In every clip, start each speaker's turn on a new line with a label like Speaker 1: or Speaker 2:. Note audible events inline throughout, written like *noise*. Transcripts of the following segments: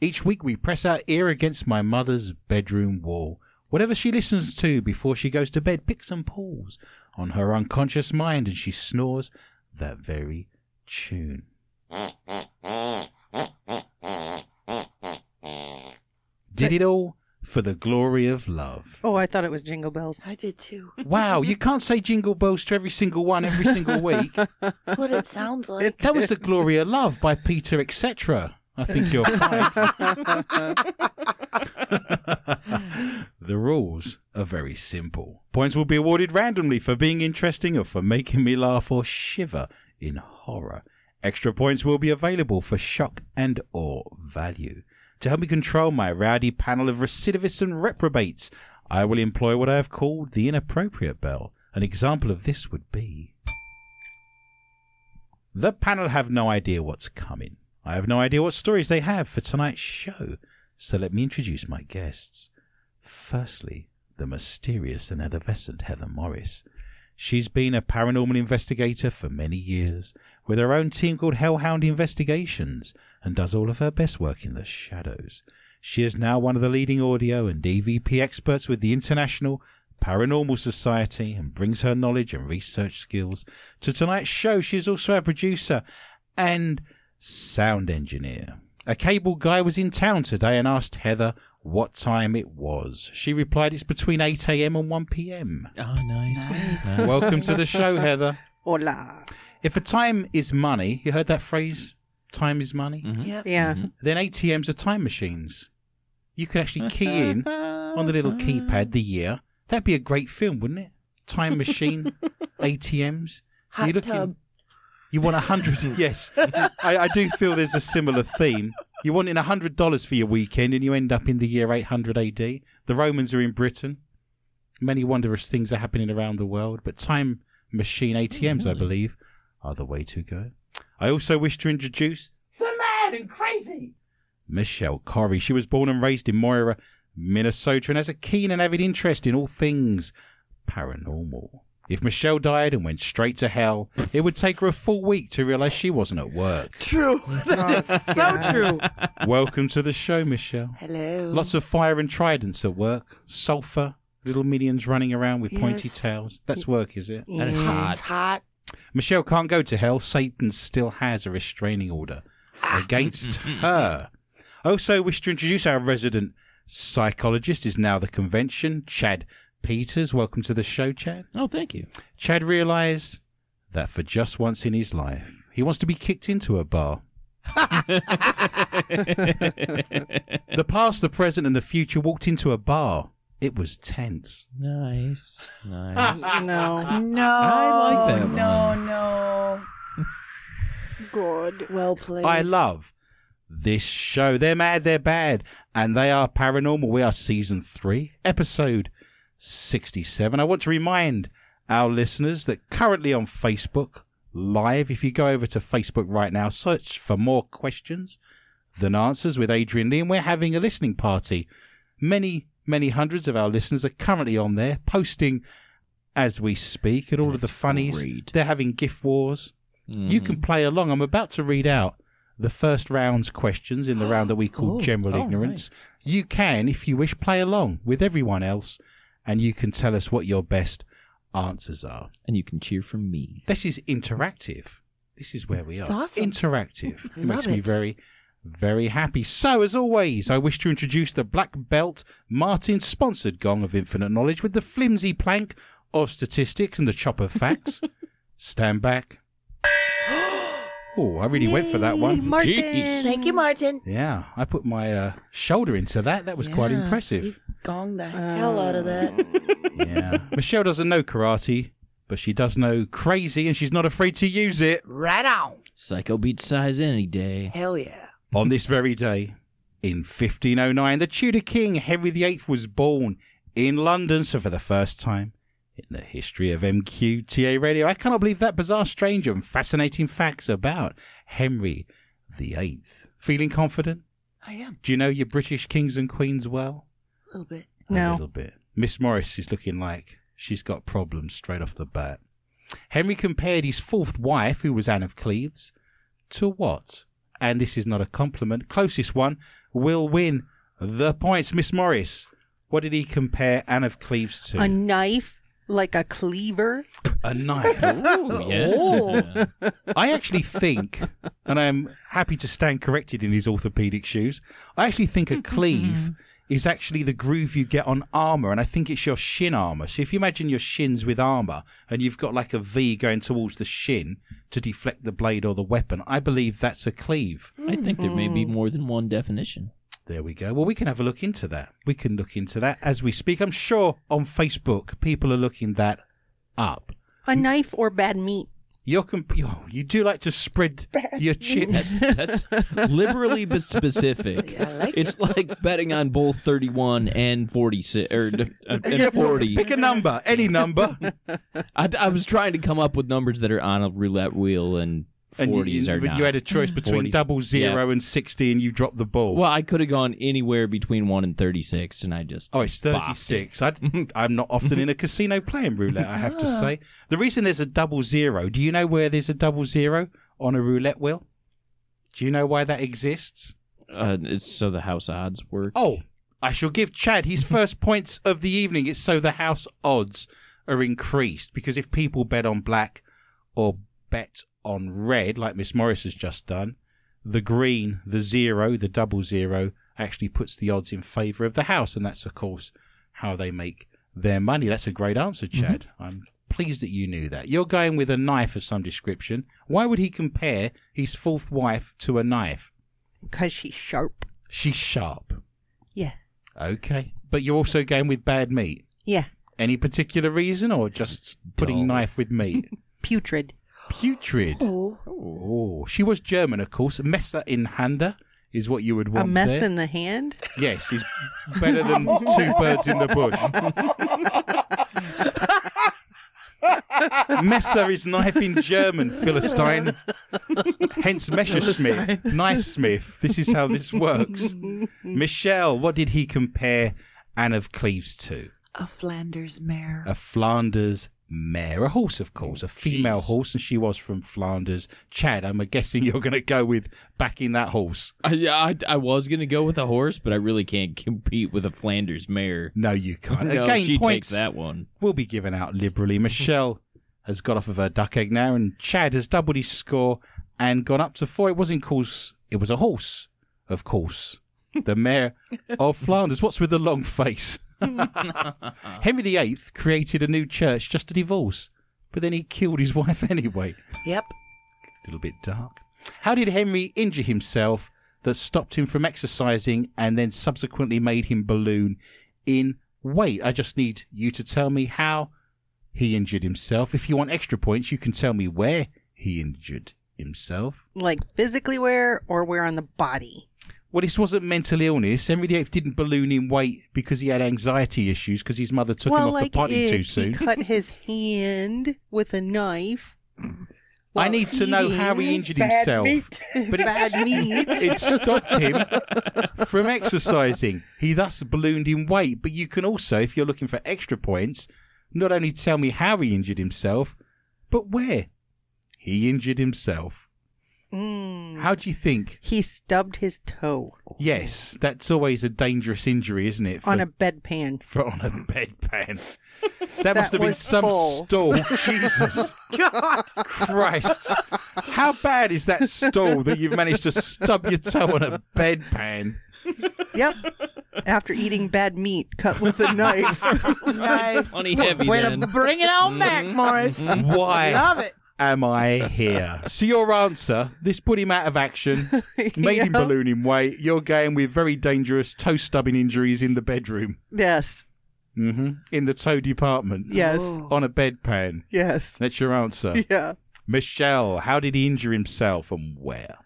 Speaker 1: Each week we press our ear against my mother's bedroom wall. Whatever she listens to before she goes to bed picks and pulls on her unconscious mind, and she snores that very tune. Did it all for the glory of love.
Speaker 2: Oh, I thought it was Jingle Bells.
Speaker 3: I did too.
Speaker 1: Wow, you can't say jingle bells to every single one every single week.
Speaker 3: That's what it sounds like.
Speaker 2: It-
Speaker 1: That was the glory of love by Peter, etc. I think you're fine. *laughs* the rules are very simple. Points will be awarded randomly for being interesting or for making me laugh or shiver in horror. Extra points will be available for shock and or value. To help me control my rowdy panel of recidivists and reprobates, I will employ what I have called the inappropriate bell. An example of this would be the panel have no idea what's coming. I have no idea what stories they have for tonight's show. So let me introduce my guests. Firstly, the mysterious and effervescent Heather Morris. She's been a paranormal investigator for many years, with her own team called Hellhound Investigations, and does all of her best work in the shadows. She is now one of the leading audio and DVP experts with the International Paranormal Society and brings her knowledge and research skills to tonight's show. She is also a producer and sound engineer. A cable guy was in town today and asked Heather what time it was. She replied, It's between 8am and 1pm.
Speaker 4: Oh, nice. Uh-huh. Nice.
Speaker 1: Welcome to the show, Heather.
Speaker 2: Hola.
Speaker 1: If a time is money, you heard that phrase? Time is money?
Speaker 4: Mhm.
Speaker 3: Yep.
Speaker 2: Yeah.
Speaker 1: Then ATMs are time machines. You could actually key in on the little keypad the year. That'd be a great film, wouldn't it? Time machine, ATMs.
Speaker 3: Hot
Speaker 1: you looking- *laughs*
Speaker 3: tub.
Speaker 1: You want a *laughs* hundred? yes, I, I do feel there's a similar theme. You're wanting a hundred dollars for your weekend, and you end up in the year 800 AD. The Romans are in Britain. Many wondrous things are happening around the world, but time machine ATMs, I believe, are the way to go. I also wish to introduce the mad and crazy Michelle Corrie. She was born and raised in Moira, Minnesota, and has a keen and avid interest in all things paranormal. If Michelle died and went straight to hell, it would take her a full week to realize she wasn't at *laughs* work.
Speaker 3: True.
Speaker 1: *laughs*
Speaker 2: so true.
Speaker 1: Welcome to the show, Michelle.
Speaker 3: Hello.
Speaker 1: Lots of fire and tridents at work, sulfur, little minions running around with pointy
Speaker 3: Yes.
Speaker 1: tails. That's work, is it?
Speaker 4: That is
Speaker 2: Yeah.
Speaker 4: hot.
Speaker 3: It's hot.
Speaker 1: Michelle can't go to hell. Satan still has a restraining order against her. Also, wish to introduce our resident psychologist is now the convention, Chad Peters. Welcome to the show, Chad.
Speaker 4: Oh,
Speaker 1: *laughs*
Speaker 4: thank you.
Speaker 1: Chad realised that for just once in his life, he wants to be kicked into a bar. The past, the present, and the future walked into a bar. It was tense.
Speaker 4: nice.
Speaker 1: Ah.
Speaker 4: Nice.
Speaker 2: no.
Speaker 3: No.
Speaker 4: I like that
Speaker 3: No,
Speaker 4: one.
Speaker 3: no.
Speaker 2: Good.
Speaker 3: Well played.
Speaker 1: I love this show. They're mad, they're bad, and they are paranormal. We are season three, episode 67. I want to remind our listeners that currently on Facebook Live, if you go over to Facebook right now, search for more questions than answers with Adrian Lee, and we're having a listening party. Many, many hundreds of our listeners are currently on there posting as we speak at all of the
Speaker 4: That's
Speaker 1: funnies.
Speaker 4: great.
Speaker 1: They're having gift wars. You
Speaker 4: Mhm.
Speaker 1: can
Speaker 3: Mm-hmm.
Speaker 1: play along. I'm about to read out the first round's questions in the round that we call
Speaker 2: Cool.
Speaker 1: general
Speaker 4: Oh,
Speaker 1: ignorance. You can, if you wish, play along with everyone else, and you can tell us what your best answers are.
Speaker 4: and you can cheer for me.
Speaker 1: This is interactive. This is where we are.
Speaker 3: It's awesome. *laughs*
Speaker 1: Interactive. It makes
Speaker 3: Love
Speaker 1: me
Speaker 3: it.
Speaker 1: very, very happy. So, as always, I wish to introduce the Black Belt Martin sponsored Gong of Infinite Knowledge with the flimsy plank of statistics and the chop of facts.
Speaker 3: *laughs*
Speaker 1: Stand back. Oh, I really went for that
Speaker 2: Yay,
Speaker 1: one.
Speaker 2: Martin.
Speaker 4: Jeez.
Speaker 3: *gasps* Thank you, Martin.
Speaker 1: Yeah, I put my uh, shoulder into that. That was quite
Speaker 3: Yeah,
Speaker 1: impressive.
Speaker 2: *laughs*
Speaker 3: You gonged the hell out of that.
Speaker 2: Uh.
Speaker 1: *laughs*
Speaker 2: that.
Speaker 1: Yeah. Michelle doesn't know karate, but she does know crazy, and she's not afraid to use it.
Speaker 3: Right on.
Speaker 4: Psycho beat size any day.
Speaker 3: Hell yeah.
Speaker 1: On this very day, in 1509, the Tudor king Henry VIII was born in London. So, for the first time in the history of MQTA radio, I cannot believe that bizarre, strange, and fascinating facts about Henry VIII. Feeling confident?
Speaker 3: I am.
Speaker 1: Do you know your British kings and queens well?
Speaker 3: A little bit.
Speaker 1: A
Speaker 2: No.
Speaker 1: little bit. Miss Morris is looking like she's got problems straight off the bat. Henry compared his fourth wife, who was Anne of Cleves, to what? And this is not a compliment. Closest one will win the points. Miss Morris, what did he compare Anne of Cleves to?
Speaker 2: A knife like a cleaver.
Speaker 1: a
Speaker 2: *laughs*
Speaker 1: knife.
Speaker 4: Ooh, yeah.
Speaker 1: Oh. I actually think, and I'm happy to stand corrected in these orthopedic shoes, I actually think a cleave is actually the groove you get on armour, and I think it's your shin armour. So if you imagine your shins with armour, and you've got like a V going towards the shin to deflect the blade or the weapon, I believe that's a cleave.
Speaker 4: I think there may
Speaker 1: Mm.
Speaker 4: be more than one definition.
Speaker 1: There we go. Well, we can have a look into that. We can look into that as we speak. I'm sure on Facebook people are looking that up.
Speaker 2: A knife or bad meat.
Speaker 1: You're comp- you you do like to spread your chips.
Speaker 4: That's that's liberally but specific.
Speaker 3: Yeah, I like
Speaker 4: It's like betting on both 31 and 46
Speaker 1: *laughs*
Speaker 4: or uh,
Speaker 1: Yeah,
Speaker 4: and
Speaker 1: well,
Speaker 4: 40.
Speaker 1: Pick a number, any number.
Speaker 4: I, I was trying to come up with numbers that are on a roulette wheel and
Speaker 1: *laughs*
Speaker 4: 40s
Speaker 1: and you,
Speaker 4: are
Speaker 1: but
Speaker 4: not.
Speaker 1: you had a choice between
Speaker 4: 40s.
Speaker 1: double zero and 60 and you dropped the ball.
Speaker 4: well, I could have gone anywhere between 1 and 36 and I just
Speaker 1: Oh, it's 36. I, *laughs* I'm not often in a casino playing roulette, I have
Speaker 4: Ah.
Speaker 1: to say. The reason there's a double zero, do you know where there's a double zero on a roulette wheel? Do you know why that exists?
Speaker 4: uh, it's so the house odds work.
Speaker 1: Oh, I shall give Chad his first points of the evening. It's so the house odds are increased because if people bet on black or bet on red, like Miss Morris has just done, the green, the zero, the double zero actually puts the odds in favour of the house, and that's of course how they make their money. That's a great answer, Chad. I'm pleased that you knew that. You're going with a knife of some description. Why would he compare his fourth wife to a knife?
Speaker 2: Because she's sharp.
Speaker 1: She's sharp.
Speaker 2: Yeah.
Speaker 1: Okay. But you're also going with bad meat.
Speaker 2: Yeah.
Speaker 1: Any particular reason or just putting
Speaker 4: dull.
Speaker 1: knife with
Speaker 2: *laughs*
Speaker 1: meat?
Speaker 2: Putrid.
Speaker 1: Putrid.
Speaker 3: Oh,
Speaker 1: Oh, she was German, of course. Messer in Handa is what you would want.
Speaker 2: a mess
Speaker 1: there.
Speaker 2: in the hand.
Speaker 1: Yes, is better than two birds in the bush. Messer is knife in German, Philistine. Hence Messerschmitt, knife smith. This is how this
Speaker 2: *laughs*
Speaker 1: works. Michelle, what did he compare Anne of Cleves to?
Speaker 3: a Flanders mare.
Speaker 1: a Flanders mare, a horse, of course, a female
Speaker 4: Oh, jeez.
Speaker 1: horse, and she was from Flanders. Chad, I'm guessing you're going to go with backing that horse.
Speaker 4: I, Uh, yeah, I, I was gonna go with a horse, but I really can't *laughs* compete with a Flanders mare.
Speaker 1: No, you can't.
Speaker 4: No,
Speaker 1: Again,
Speaker 4: she
Speaker 1: points
Speaker 4: takes that one.
Speaker 1: will be given out liberally. Michelle, has got off of her duck egg now, and Chad has doubled his score and gone up to four. It wasn't course, it was a horse, of course.
Speaker 4: *laughs*
Speaker 1: The mayor of Flanders. What's with the long face? Henry VIII created a new church just to divorce, but then he killed his wife *laughs* anyway.
Speaker 3: Yep.
Speaker 1: A little bit dark. How did Henry injure himself that stopped him from exercising and then subsequently made him balloon in weight? I just need you to tell me how he injured himself. If you want extra points, you can tell me where he injured himself.
Speaker 2: Like physically where or where on the body?
Speaker 1: Well, this wasn't mental illness. Henry VIII didn't balloon in weight because he had anxiety issues because his mother took him
Speaker 2: well,
Speaker 1: off
Speaker 2: like
Speaker 1: the potty
Speaker 2: if
Speaker 1: too soon.
Speaker 2: he cut his hand with a knife.
Speaker 1: I
Speaker 2: while
Speaker 1: need to know how he
Speaker 2: eating
Speaker 1: injured himself. But it-
Speaker 2: Bad meat.
Speaker 1: it stopped him from exercising. He thus ballooned in weight. But you can also, if you're looking for extra points, not only tell me how he injured himself, but where he injured himself.
Speaker 2: Mm.
Speaker 1: How do you think?
Speaker 2: He stubbed his toe
Speaker 1: Yes, that's always a dangerous injury, isn't it? For,
Speaker 2: on a
Speaker 1: *laughs*
Speaker 2: bedpan.
Speaker 1: for on a bedpan. That,
Speaker 2: That
Speaker 1: must have been
Speaker 2: was
Speaker 1: some
Speaker 2: full. *laughs*
Speaker 1: stall. Jesus Christ. How bad is that stall that you've managed to stub your toe on a
Speaker 2: *laughs*
Speaker 1: bedpan? *laughs*
Speaker 2: Yep. After eating bad meat cut with a knife.
Speaker 3: Nice.
Speaker 4: Funny heavy
Speaker 3: Way
Speaker 4: then.
Speaker 3: to bring it on back, Morris.
Speaker 1: Why?
Speaker 3: Love it.
Speaker 1: am I here? *laughs* so your answer, this put him out of *laughs* action, made him
Speaker 2: *laughs* Yeah.
Speaker 1: balloon in weight. You're going with very dangerous toe stubbing injuries in the bedroom,
Speaker 2: Yes.
Speaker 1: hmm in the toe department,
Speaker 2: Yes.
Speaker 3: Oh.
Speaker 1: on a bedpan.
Speaker 2: Yes.
Speaker 1: That's your *laughs* answer,
Speaker 2: Yeah.
Speaker 1: Michelle. How did he injure himself and where?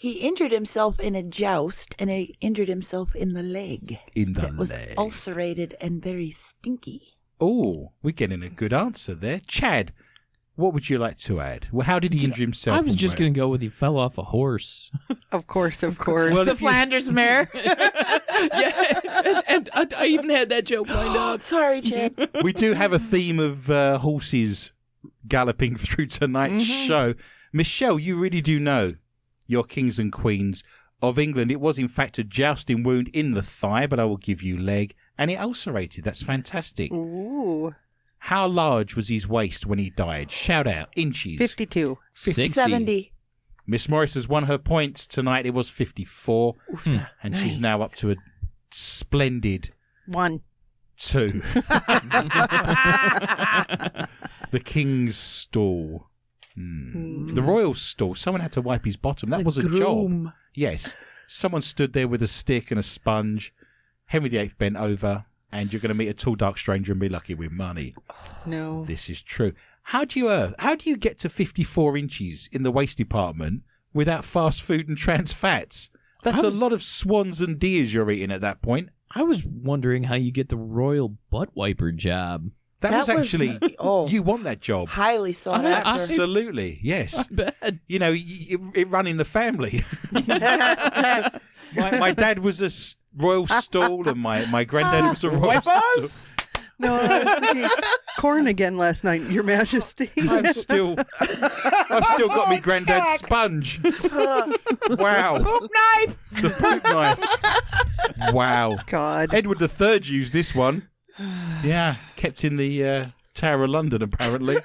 Speaker 3: He injured himself in a joust and he injured himself in the leg.
Speaker 1: In the
Speaker 3: that was
Speaker 1: leg.
Speaker 3: ulcerated and
Speaker 1: *gasps*
Speaker 3: very stinky.
Speaker 1: Oh, we're getting a good answer there, Chad. What would you like to add? Well, how did he injure himself?
Speaker 4: I was
Speaker 1: and
Speaker 4: just
Speaker 1: where?
Speaker 4: going to go with he fell off a horse.
Speaker 2: Of course, of course.
Speaker 1: Well,
Speaker 3: the
Speaker 1: if you-
Speaker 4: *laughs*
Speaker 3: Flanders mare.
Speaker 4: yeah, and I, I even had that joke lined
Speaker 3: *gasps*
Speaker 4: up.
Speaker 3: Sorry,
Speaker 1: *laughs*
Speaker 3: Chad.
Speaker 1: we do have a theme of uh, horses galloping *laughs* through tonight's show. Michelle, you really do know your kings and queens of England. It was, in fact, a jousting wound in the thigh, but I will give you leg, and it ulcerated. That's fantastic.
Speaker 2: Ooh.
Speaker 1: How large was his waist when he died? Shout out, inches.
Speaker 2: 52.
Speaker 4: 60.
Speaker 1: *laughs*
Speaker 4: *laughs*
Speaker 3: 70.
Speaker 1: Miss Morris has won her points tonight. It was 54,
Speaker 4: Hmm.
Speaker 1: and she's
Speaker 2: Nice.
Speaker 1: now up to a splendid
Speaker 2: One.
Speaker 1: two. The king's stall. Hmm. The royal stall. Someone had to wipe his bottom. That
Speaker 3: The
Speaker 1: was a job.
Speaker 3: groom.
Speaker 1: Yes. Someone stood there with a stick and a sponge. Henry VIII bent over, and you're going to meet a tall, dark stranger and be lucky with money.
Speaker 2: No.
Speaker 1: This is true. How do you uh, how do you get to 54 inches in the waist department without fast food and trans fats? That's a
Speaker 4: I was-
Speaker 1: lot of swans and deers you're eating at that point.
Speaker 4: I was wondering how you get the royal butt wiper job.
Speaker 1: That, was
Speaker 3: *laughs*
Speaker 1: actually
Speaker 3: oh,
Speaker 1: you want that job. Uh,
Speaker 3: highly sought
Speaker 4: I- I-
Speaker 3: *laughs* after.
Speaker 1: Absolutely, yes.
Speaker 4: I bet. *laughs*
Speaker 1: You know, y- it, it ran in the family. *laughs* my, my dad was a s- royal stall and my, my granddad was a royal stall.
Speaker 2: No, I was
Speaker 1: *laughs*
Speaker 2: thinking corn again last night, Your Majesty.
Speaker 1: I've still, I've still got me granddad's sponge.
Speaker 3: *laughs*
Speaker 1: Wow. *laughs*
Speaker 3: Poop knife.
Speaker 1: The poop knife. Wow.
Speaker 2: *laughs* God.
Speaker 1: Edward III used this one. Yeah, kept in the uh, Tower of London, apparently.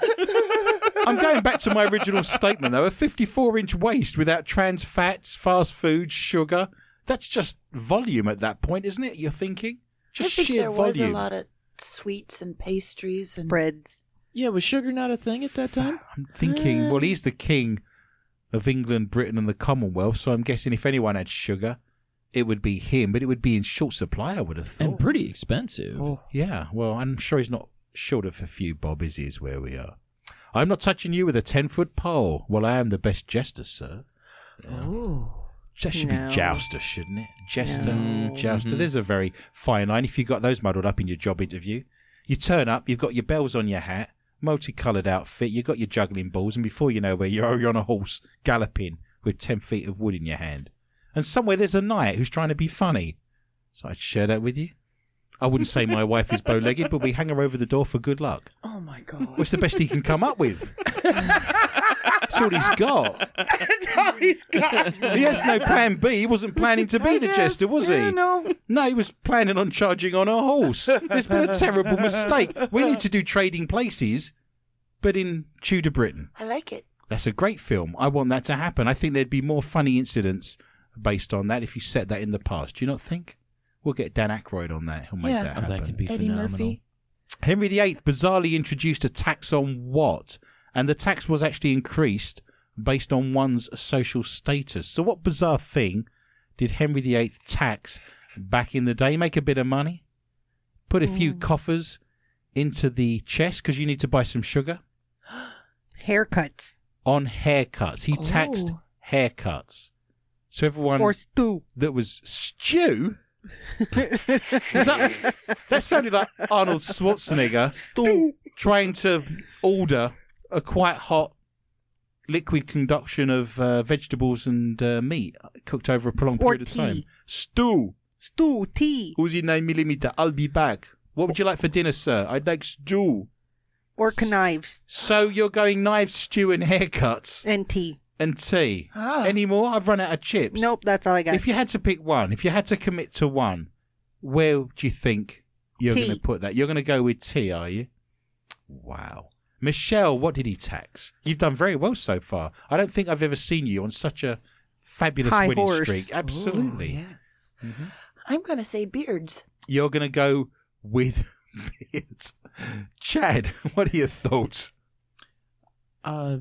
Speaker 1: I'm going back to my original statement, though. A 54 inch waist without trans fats, fast food, sugar. That's just volume at that point, isn't it? You're thinking?
Speaker 3: I
Speaker 1: Just
Speaker 3: think
Speaker 1: sheer
Speaker 3: there was
Speaker 1: volume.
Speaker 3: a lot of sweets and pastries and
Speaker 2: Breads.
Speaker 4: Yeah, was sugar not a thing at that time?
Speaker 1: I'm thinking,
Speaker 3: Uh.
Speaker 1: well, he's the king of England, Britain, and the Commonwealth, so I'm guessing if anyone had sugar, it would be him, but it would be in short supply, I would have
Speaker 4: And
Speaker 1: thought.
Speaker 4: pretty expensive.
Speaker 1: Oh. yeah, well, I'm sure he's not short of a few bobbies, is where we are. I'm not touching you with a 10 foot pole. Well, I am the best jester, sir. That should
Speaker 2: No.
Speaker 1: be jouster, shouldn't it? Jester,
Speaker 2: No.
Speaker 1: jouster.
Speaker 4: Mhm.
Speaker 1: There's a very fine line. If you got those muddled up in your job interview, you turn up, you've got your bells on your hat, multicoloured outfit, you've got your juggling balls, and before you know where you are, you're on a horse galloping with ten feet of wood in your hand. And somewhere there's a knight who's trying to be funny. So I'd share that with you. I wouldn't say my wife is bow legged, but we hang her over the door for good luck.
Speaker 3: Oh my god.
Speaker 1: What's the best he can come up with? That's all he's got. He has no plan B. He wasn't planning to be the jester, was he? *laughs*
Speaker 3: no.
Speaker 1: No, he was planning on charging on a horse. There's been a terrible mistake. We need to do trading places, but in Tudor Britain.
Speaker 3: I like it.
Speaker 1: That's a great film. I want that to happen. I think there'd be more funny incidents based on that if you set that in the past. Do you not think? We'll get Dan Aykroyd on that. He'll make
Speaker 3: Yeah.
Speaker 1: that
Speaker 3: Oh,
Speaker 1: happen.
Speaker 4: that could be
Speaker 3: Eddie
Speaker 4: phenomenal.
Speaker 3: Murphy.
Speaker 1: Henry VIII bizarrely introduced a tax on what? And the tax was actually increased based on one's social status. So, what bizarre thing did Henry VIII tax back in the day? Make a bit of money, put a few
Speaker 2: Mm.
Speaker 1: coffers into the chest because you need to buy some sugar
Speaker 2: Haircuts
Speaker 1: on haircuts. He taxed
Speaker 3: Oh.
Speaker 1: haircuts. So, everyone
Speaker 2: or stew. *laughs*
Speaker 1: that was stew. that- That sounded like Arnold Schwarzenegger
Speaker 2: stew.
Speaker 1: trying to order a quite hot liquid conduction of uh, vegetables and uh, meat cooked over a prolonged
Speaker 2: Or
Speaker 1: period of time.
Speaker 2: tea.
Speaker 1: Stew.
Speaker 2: Stew, tea,
Speaker 1: Who's in nine millimeter? I'll be back. What would you like for dinner, sir? I'd like stew.
Speaker 2: or knives
Speaker 1: So you're going knives, stew, and haircuts
Speaker 2: and tea.
Speaker 1: and tea.
Speaker 3: Ah.
Speaker 1: Any more? I've run out of chips.
Speaker 2: Nope, that's all I got.
Speaker 1: If you had to pick one, if you had to commit to one, where do you think you're
Speaker 2: Tea.
Speaker 1: going to put that? You're going to go with tea, are you? Wow. Michelle, what did he tax? You've done very well so far. I don't think I've ever seen you on such a fabulous
Speaker 2: High
Speaker 1: winning
Speaker 2: horse.
Speaker 1: streak. Absolutely.
Speaker 3: Ooh, yes. I'm going to say beards.
Speaker 1: You're going to go with *laughs* beards. Chad, *laughs* what are your thoughts?
Speaker 4: Uh,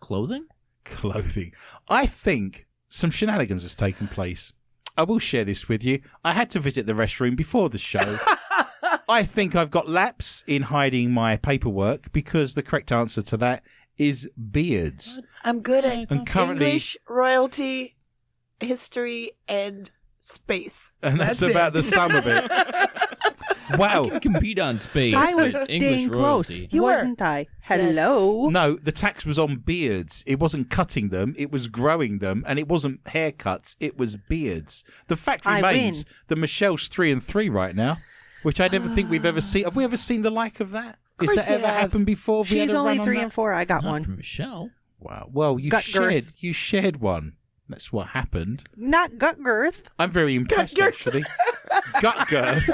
Speaker 4: clothing?
Speaker 1: clothing. I think some shenanigans has taken place. I will share this with you. I had to visit the restroom before the show. I think I've got laps in hiding my paperwork because the correct answer to that is beards.
Speaker 3: I'm good at
Speaker 1: And currently,
Speaker 3: English, royalty, history, and space.
Speaker 1: and that's,
Speaker 3: That's
Speaker 1: about the
Speaker 3: it.
Speaker 1: sum of it. Wow.
Speaker 4: Compete on space.
Speaker 2: I was
Speaker 4: English
Speaker 2: dang close,
Speaker 4: royalty.
Speaker 3: You were.
Speaker 2: wasn't I? Hello.
Speaker 1: No, the tax was on beards. It wasn't cutting them, it was growing them, and it wasn't haircuts, it was beards. The fact
Speaker 2: I
Speaker 1: remains
Speaker 2: win.
Speaker 1: that Michelle's three and three right now, which I never think we've ever
Speaker 2: Ah.
Speaker 1: seen. Have we ever seen the like of that? Is
Speaker 3: course
Speaker 1: that
Speaker 3: you
Speaker 1: ever
Speaker 3: have.
Speaker 1: happened before? We had
Speaker 2: She's
Speaker 1: a
Speaker 2: only
Speaker 1: run on
Speaker 2: three
Speaker 1: that?
Speaker 2: and four. I got
Speaker 4: Not
Speaker 2: one.
Speaker 4: from Michelle.
Speaker 1: Wow. Well, you
Speaker 2: Gut girth.
Speaker 1: shared you shared one. That's what happened.
Speaker 2: Not gut girth.
Speaker 1: I'm very impressed
Speaker 3: girth.
Speaker 1: actually. Gut girth.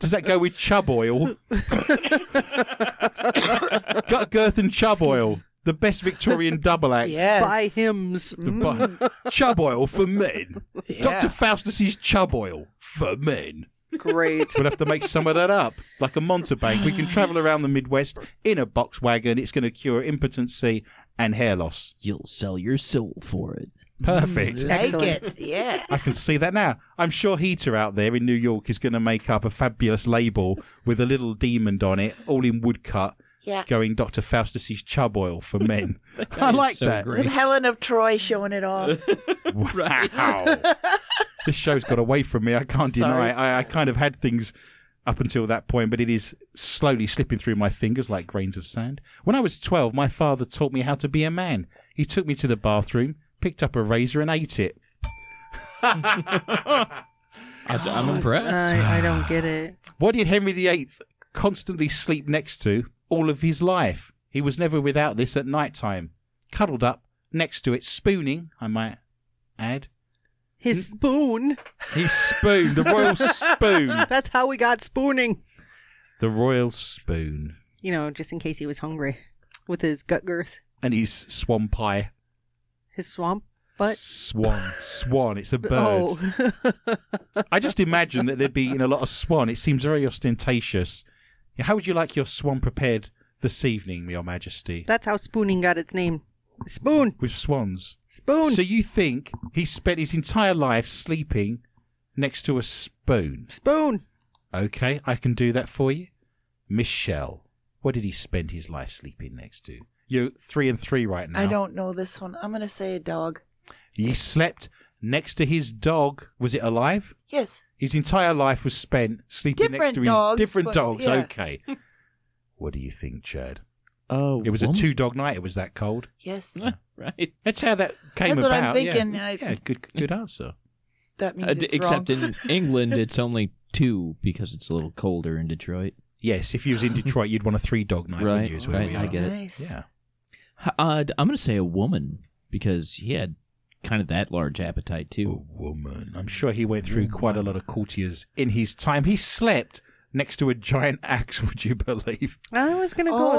Speaker 1: Does that go with chub oil? Gut girth and chub oil. The best Victorian double act.
Speaker 3: Yes.
Speaker 1: *laughs*
Speaker 2: By mm, hymns.
Speaker 1: But chub oil for men.
Speaker 3: Yeah.
Speaker 1: Dr. Faustus's chub oil for men.
Speaker 2: Great.
Speaker 1: We'll have to make some of that up, like a mountebank. We can travel around the Midwest in a box wagon. It's going to cure impotency and hair loss.
Speaker 4: You'll sell your soul for it. Mm,
Speaker 1: Perfect.
Speaker 3: Like
Speaker 2: Excellent.
Speaker 3: it. Yeah.
Speaker 1: *laughs* I can see that now. I'm sure Heater out there in New York is going to make up a fabulous label with a little demon on it, all in woodcut,
Speaker 3: Yeah.
Speaker 1: going Dr. Faustus's chub oil for
Speaker 3: *laughs*
Speaker 1: men. I
Speaker 4: is
Speaker 1: like
Speaker 4: so
Speaker 1: that.
Speaker 4: great.
Speaker 3: With Helen of Troy showing it off.
Speaker 4: *laughs*
Speaker 1: Wow.
Speaker 3: *laughs*
Speaker 1: this show's got away from me. I can't deny
Speaker 3: Sorry.
Speaker 1: it. I, I kind of had things up until that point, but it is slowly slipping through my fingers like grains of sand. When I was 12, my father taught me how to be a man. He took me to the bathroom, picked up a razor, and ate
Speaker 4: *laughs*
Speaker 1: it. *laughs*
Speaker 4: I, am impressed.
Speaker 2: I, I don't get it.
Speaker 1: Why did Henry VIII constantly sleep next to all of his life? He was never without this at night time. Cuddled up next to it, spooning, I might add.
Speaker 2: His
Speaker 1: Mm.
Speaker 2: spoon.
Speaker 1: He spooned, the royal spoon.
Speaker 2: That's how we got spooning.
Speaker 1: The royal spoon.
Speaker 2: You know, just in case he was hungry with his gut girth,
Speaker 1: And his swan pie.
Speaker 2: his swamp butt.
Speaker 1: Swan. Swan. It's a bird.
Speaker 2: Oh. *laughs*
Speaker 1: I just imagine that there'd be you know, a lot of swan. It seems very ostentatious. How would you like your swan prepared this evening, Your Majesty?
Speaker 2: That's how spooning got its name. Spoon.
Speaker 1: With swans.
Speaker 2: Spoon.
Speaker 1: So you think he spent his entire life sleeping next to a spoon?
Speaker 2: spoon.
Speaker 1: Okay, I can do that for you. Michelle, what did he spend his life sleeping next to? You're three and three right now.
Speaker 3: I don't know this one. I'm going to say a dog.
Speaker 1: He slept next to his dog. Was it alive?
Speaker 3: Yes.
Speaker 1: His entire life was spent sleeping next
Speaker 3: Different
Speaker 1: to his
Speaker 3: dogs,
Speaker 1: different
Speaker 3: but-
Speaker 1: dogs.
Speaker 3: yeah. *laughs*
Speaker 1: Okay. what do you think, Chad?
Speaker 4: oh,
Speaker 1: Uh, It was a
Speaker 4: woman-
Speaker 1: two dog night. It was that cold.
Speaker 3: Yes.
Speaker 1: Mm-hmm.
Speaker 4: *laughs* right?
Speaker 1: That's how that came
Speaker 3: That's what I'm
Speaker 1: about. yeah.
Speaker 3: thinking.
Speaker 1: Yeah.
Speaker 3: I-
Speaker 1: good, good answer.
Speaker 3: That means
Speaker 4: Uh,
Speaker 3: it's
Speaker 4: d- except
Speaker 3: wrong.
Speaker 4: in
Speaker 3: *laughs*
Speaker 4: England, it's only two because it's a little colder in Detroit.
Speaker 1: Yes, if you
Speaker 4: *laughs*
Speaker 1: was in Detroit, you'd want a three dog night. wouldn't
Speaker 4: Right,
Speaker 1: you, is where
Speaker 4: right,
Speaker 1: we
Speaker 4: I
Speaker 1: are.
Speaker 4: get it.
Speaker 3: Nice.
Speaker 1: Yeah.
Speaker 4: H- Uh, d- I'm gonna say a woman because he had kind of that large appetite too.
Speaker 1: woman. I'm sure he went through quite a lot of courtiers in his time. He slept next to a giant *laughs* axe, would you believe?
Speaker 2: I was gonna go
Speaker 3: Oh.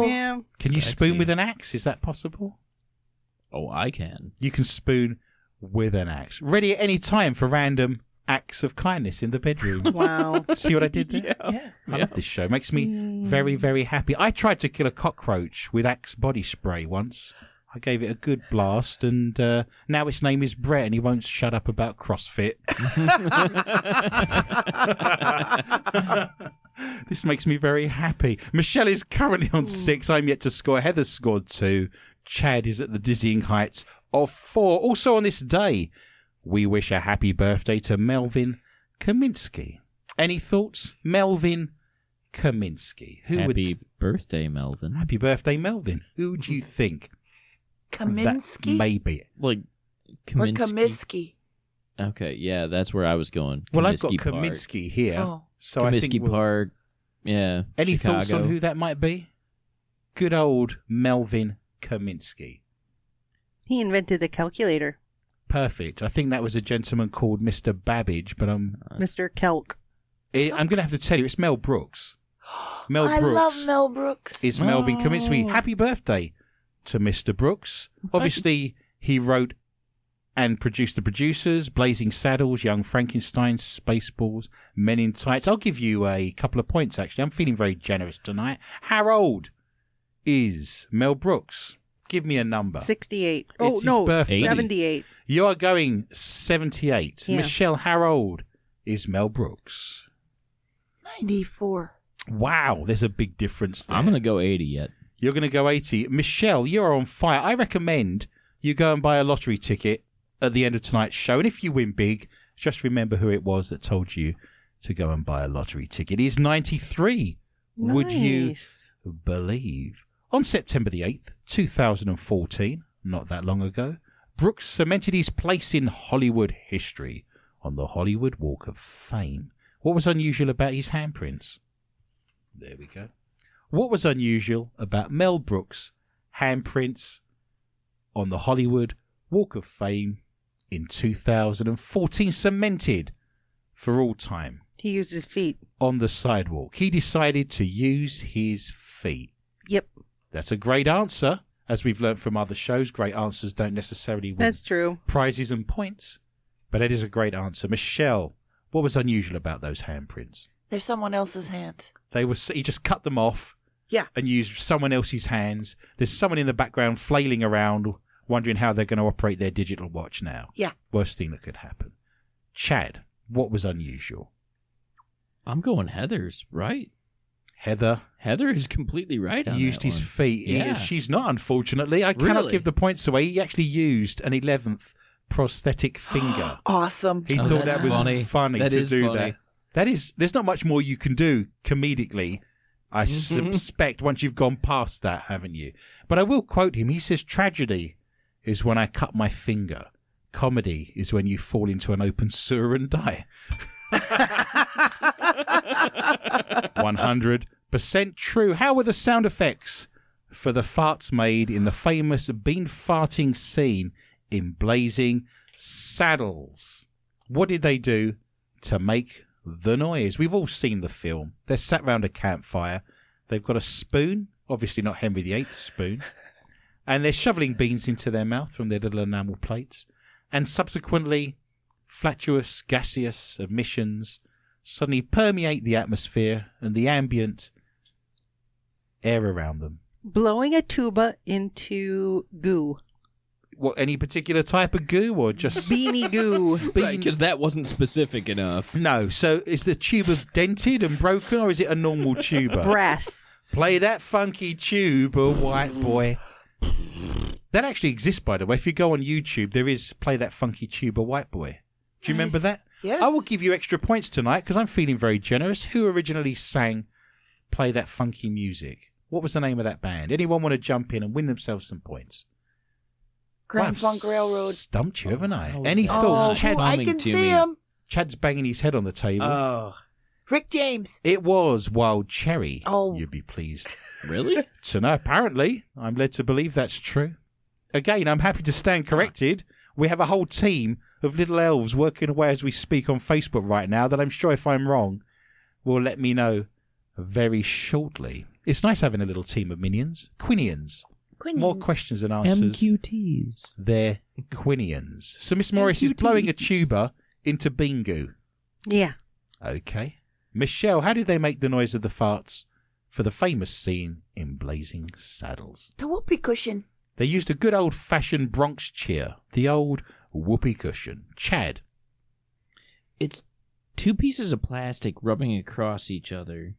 Speaker 2: there. Yeah.
Speaker 1: Can you
Speaker 4: Sexy.
Speaker 1: spoon with an axe? Is that possible?
Speaker 4: Oh, I can.
Speaker 1: You can spoon with an axe. Ready at any time for random acts of kindness in the
Speaker 4: *laughs*
Speaker 1: bedroom.
Speaker 2: Wow.
Speaker 1: See what I did there?
Speaker 4: Yeah.
Speaker 1: I
Speaker 4: Yeah.
Speaker 1: love this show. Makes *laughs* me
Speaker 2: Mm.
Speaker 1: very, very happy. I tried to kill a cockroach with axe body spray once. I gave it a good blast, and uh, now its name is Brett, and he won't shut up about CrossFit. *laughs* this makes me very happy. Michelle is currently
Speaker 3: Hmm.
Speaker 1: on six. I'm yet to score. Heather scored two. Chad is at the dizzying heights of four. Also on this day, we wish a happy birthday to Melvin Kaminsky. Any thoughts? Melvin Kaminsky.
Speaker 4: *laughs*
Speaker 1: Who
Speaker 4: Happy
Speaker 1: would
Speaker 4: birthday, Melvin.
Speaker 1: Happy birthday, Melvin. Who do you think that
Speaker 3: Kaminsky
Speaker 1: may be it?
Speaker 4: Like
Speaker 3: or
Speaker 4: Kaminsky.
Speaker 3: Kaminsky?
Speaker 4: okay, yeah, that's where I was going.
Speaker 1: Well, I've got
Speaker 4: Comiskey Park.
Speaker 1: Kaminsky here.
Speaker 3: Oh.
Speaker 1: So I
Speaker 4: Comiskey
Speaker 1: think we'll-
Speaker 4: Park. Yeah.
Speaker 1: Any
Speaker 4: Chicago.
Speaker 1: thoughts on who that might be? Good old Melvin Kaminsky.
Speaker 2: He invented the calculator,
Speaker 1: Perfect. I think that was a gentleman called Mr. Babbage, but I'm
Speaker 2: Mr. Kelk.
Speaker 1: I- I'm going to have to tell you, it's Mel
Speaker 3: *gasps*
Speaker 1: Brooks. Mel
Speaker 3: I
Speaker 1: Brooks
Speaker 3: love Mel Brooks.
Speaker 1: is Melvin Kaminsky.
Speaker 4: Oh.
Speaker 1: Happy birthday to Mr. Brooks. Obviously, he wrote and produced The Producers, Blazing Saddles, Young Frankenstein, Spaceballs, Men in Tights. I'll give you a couple of points, actually. I'm feeling very generous tonight. How old is Mel Brooks? Give me a number.
Speaker 2: Sixty-eight. Oh
Speaker 1: his
Speaker 2: no,
Speaker 1: birthday.
Speaker 2: seventy-eight.
Speaker 1: You are going 78.
Speaker 2: Yeah.
Speaker 1: Michelle, how old is Mel Brooks?
Speaker 3: 94.
Speaker 1: Wow, there's a big difference there.
Speaker 4: I'm gonna go 80 yet.
Speaker 1: You're going to go 80. Michelle, you are on fire. I recommend you go and buy a lottery ticket at the end of tonight's show. And if you win big, just remember who it was that told you to go and buy a lottery ticket. He's 93. Would you
Speaker 2: Nice.
Speaker 1: believe? On September the 8th, 2014, not that long ago, Brooks cemented his place in Hollywood history on the Hollywood Walk of Fame. What was unusual about his handprints? There we go. What was unusual about Mel Brooks' handprints on the Hollywood Walk of Fame in 2014, cemented for all time
Speaker 2: He used his feet.
Speaker 1: on the sidewalk? He decided to use his feet.
Speaker 2: Yep,
Speaker 1: That's a great answer. As we've learned from other shows, great answers don't necessarily win
Speaker 2: that's true.
Speaker 1: prizes and points. But it is a great answer. Michelle, what was unusual about those handprints?
Speaker 3: They're someone else's hands.
Speaker 1: They were he just cut them off
Speaker 3: Yeah.
Speaker 1: and used someone else's hands. There's someone in the background flailing around, wondering how they're going to operate their digital watch now.
Speaker 3: Yeah.
Speaker 1: Worst thing that could happen. Chad, what was unusual?
Speaker 4: I'm going Heather's right.
Speaker 1: Heather
Speaker 4: Heather is completely right on
Speaker 1: used
Speaker 4: that
Speaker 1: his
Speaker 4: one.
Speaker 1: feet. He-
Speaker 4: Yeah.
Speaker 1: she's not, unfortunately. I cannot
Speaker 4: Really?
Speaker 1: give the points away. He actually used an 11th
Speaker 4: *gasps*
Speaker 1: prosthetic finger.
Speaker 3: *gasps* Awesome.
Speaker 1: He
Speaker 4: Oh,
Speaker 1: thought
Speaker 4: that's
Speaker 1: that was
Speaker 4: funny.
Speaker 1: funny
Speaker 4: That
Speaker 1: to
Speaker 4: is
Speaker 1: do
Speaker 4: funny.
Speaker 1: that. That is, there's not much more you can do comedically. I
Speaker 4: Mhm.
Speaker 1: suspect once you've gone past that, haven't you? But I will quote him. He says, "Tragedy is when I cut my finger. Comedy is when you fall into an open sewer and die." One hundred percent true. How were the sound effects for the farts made in the famous bean farting scene in Blazing Saddles? What did they do to make the noise. We've all seen the film. They're sat round a campfire. They've got a spoon, obviously not Henry VIII's spoon, and they're shoveling beans into their mouth from their little enamel plates. And subsequently, flatuous, gaseous emissions suddenly permeate the atmosphere and the ambient air around them.
Speaker 2: Blowing a tuba into goo.
Speaker 1: What, any particular type of goo or just.
Speaker 2: *laughs* Beanie goo.
Speaker 4: Right, because that wasn't
Speaker 1: *laughs*
Speaker 4: specific
Speaker 1: *laughs*
Speaker 4: enough.
Speaker 1: No, so is the tuba dented and broken or is it a normal tuba?
Speaker 2: Brass.
Speaker 1: Play that funky tube, oh white boy. That actually exists, by the way. If you go on YouTube, there is Play That Funky Tube, oh white boy. Do you remember
Speaker 3: Nice.
Speaker 1: that?
Speaker 3: Yes.
Speaker 1: I will give you extra points tonight because I'm feeling very generous. Who originally sang Play That Funky Music? What was the name of that band? Anyone want to jump in and win themselves some points?
Speaker 3: Grand
Speaker 1: Wow,
Speaker 3: Funk Railroad.
Speaker 1: Stumped you, haven't I?
Speaker 4: Oh,
Speaker 1: Any
Speaker 4: yeah.
Speaker 3: Oh,
Speaker 1: thoughts?
Speaker 4: Chad's
Speaker 3: who-
Speaker 1: Chad,
Speaker 3: I
Speaker 4: bumming
Speaker 3: can
Speaker 4: to
Speaker 3: see
Speaker 4: me.
Speaker 3: him.
Speaker 1: Chad's banging his head on the table.
Speaker 3: Rick James.
Speaker 1: it was Wild Cherry.
Speaker 3: Oh.
Speaker 1: You'd be pleased
Speaker 4: really?
Speaker 1: So no, apparently, I'm led to believe that's true. Again, I'm happy to stand corrected. We have a whole team of little elves working away as we speak on Facebook right now that I'm sure if I'm wrong, will let me know very shortly. It's nice having a little team of minions. Quinions.
Speaker 3: Quinn.
Speaker 1: More questions than answers.
Speaker 4: MQTs.
Speaker 1: They're Quinions. So Miss Morris is blowing a tuba into Bingu.
Speaker 2: Yeah.
Speaker 1: Okay. Michelle, how did they make the noise of the farts for the famous scene in Blazing Saddles?
Speaker 3: The
Speaker 1: *laughs*
Speaker 3: whoopee cushion.
Speaker 1: They used a good old fashioned Bronx cheer, the old whoopee cushion. Chad.
Speaker 4: It's two pieces of plastic rubbing across each other.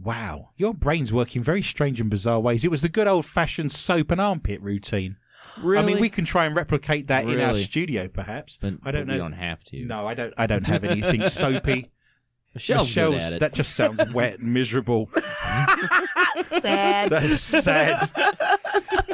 Speaker 1: Wow, your brain's working very strange and bizarre ways. It was the good old fashioned soap and armpit routine.
Speaker 4: Really?
Speaker 1: I mean, we can try and replicate that in our
Speaker 4: Really?
Speaker 1: studio, perhaps.
Speaker 4: But,
Speaker 1: I don't
Speaker 4: but We
Speaker 1: know.
Speaker 4: don't have to.
Speaker 1: No, I don't. I don't have
Speaker 4: *laughs*
Speaker 1: anything soapy.
Speaker 4: Michelle's, good
Speaker 1: Michelle's-
Speaker 4: at it.
Speaker 1: that just sounds wet and
Speaker 4: *laughs*
Speaker 1: miserable.
Speaker 3: Sad.
Speaker 1: That is sad.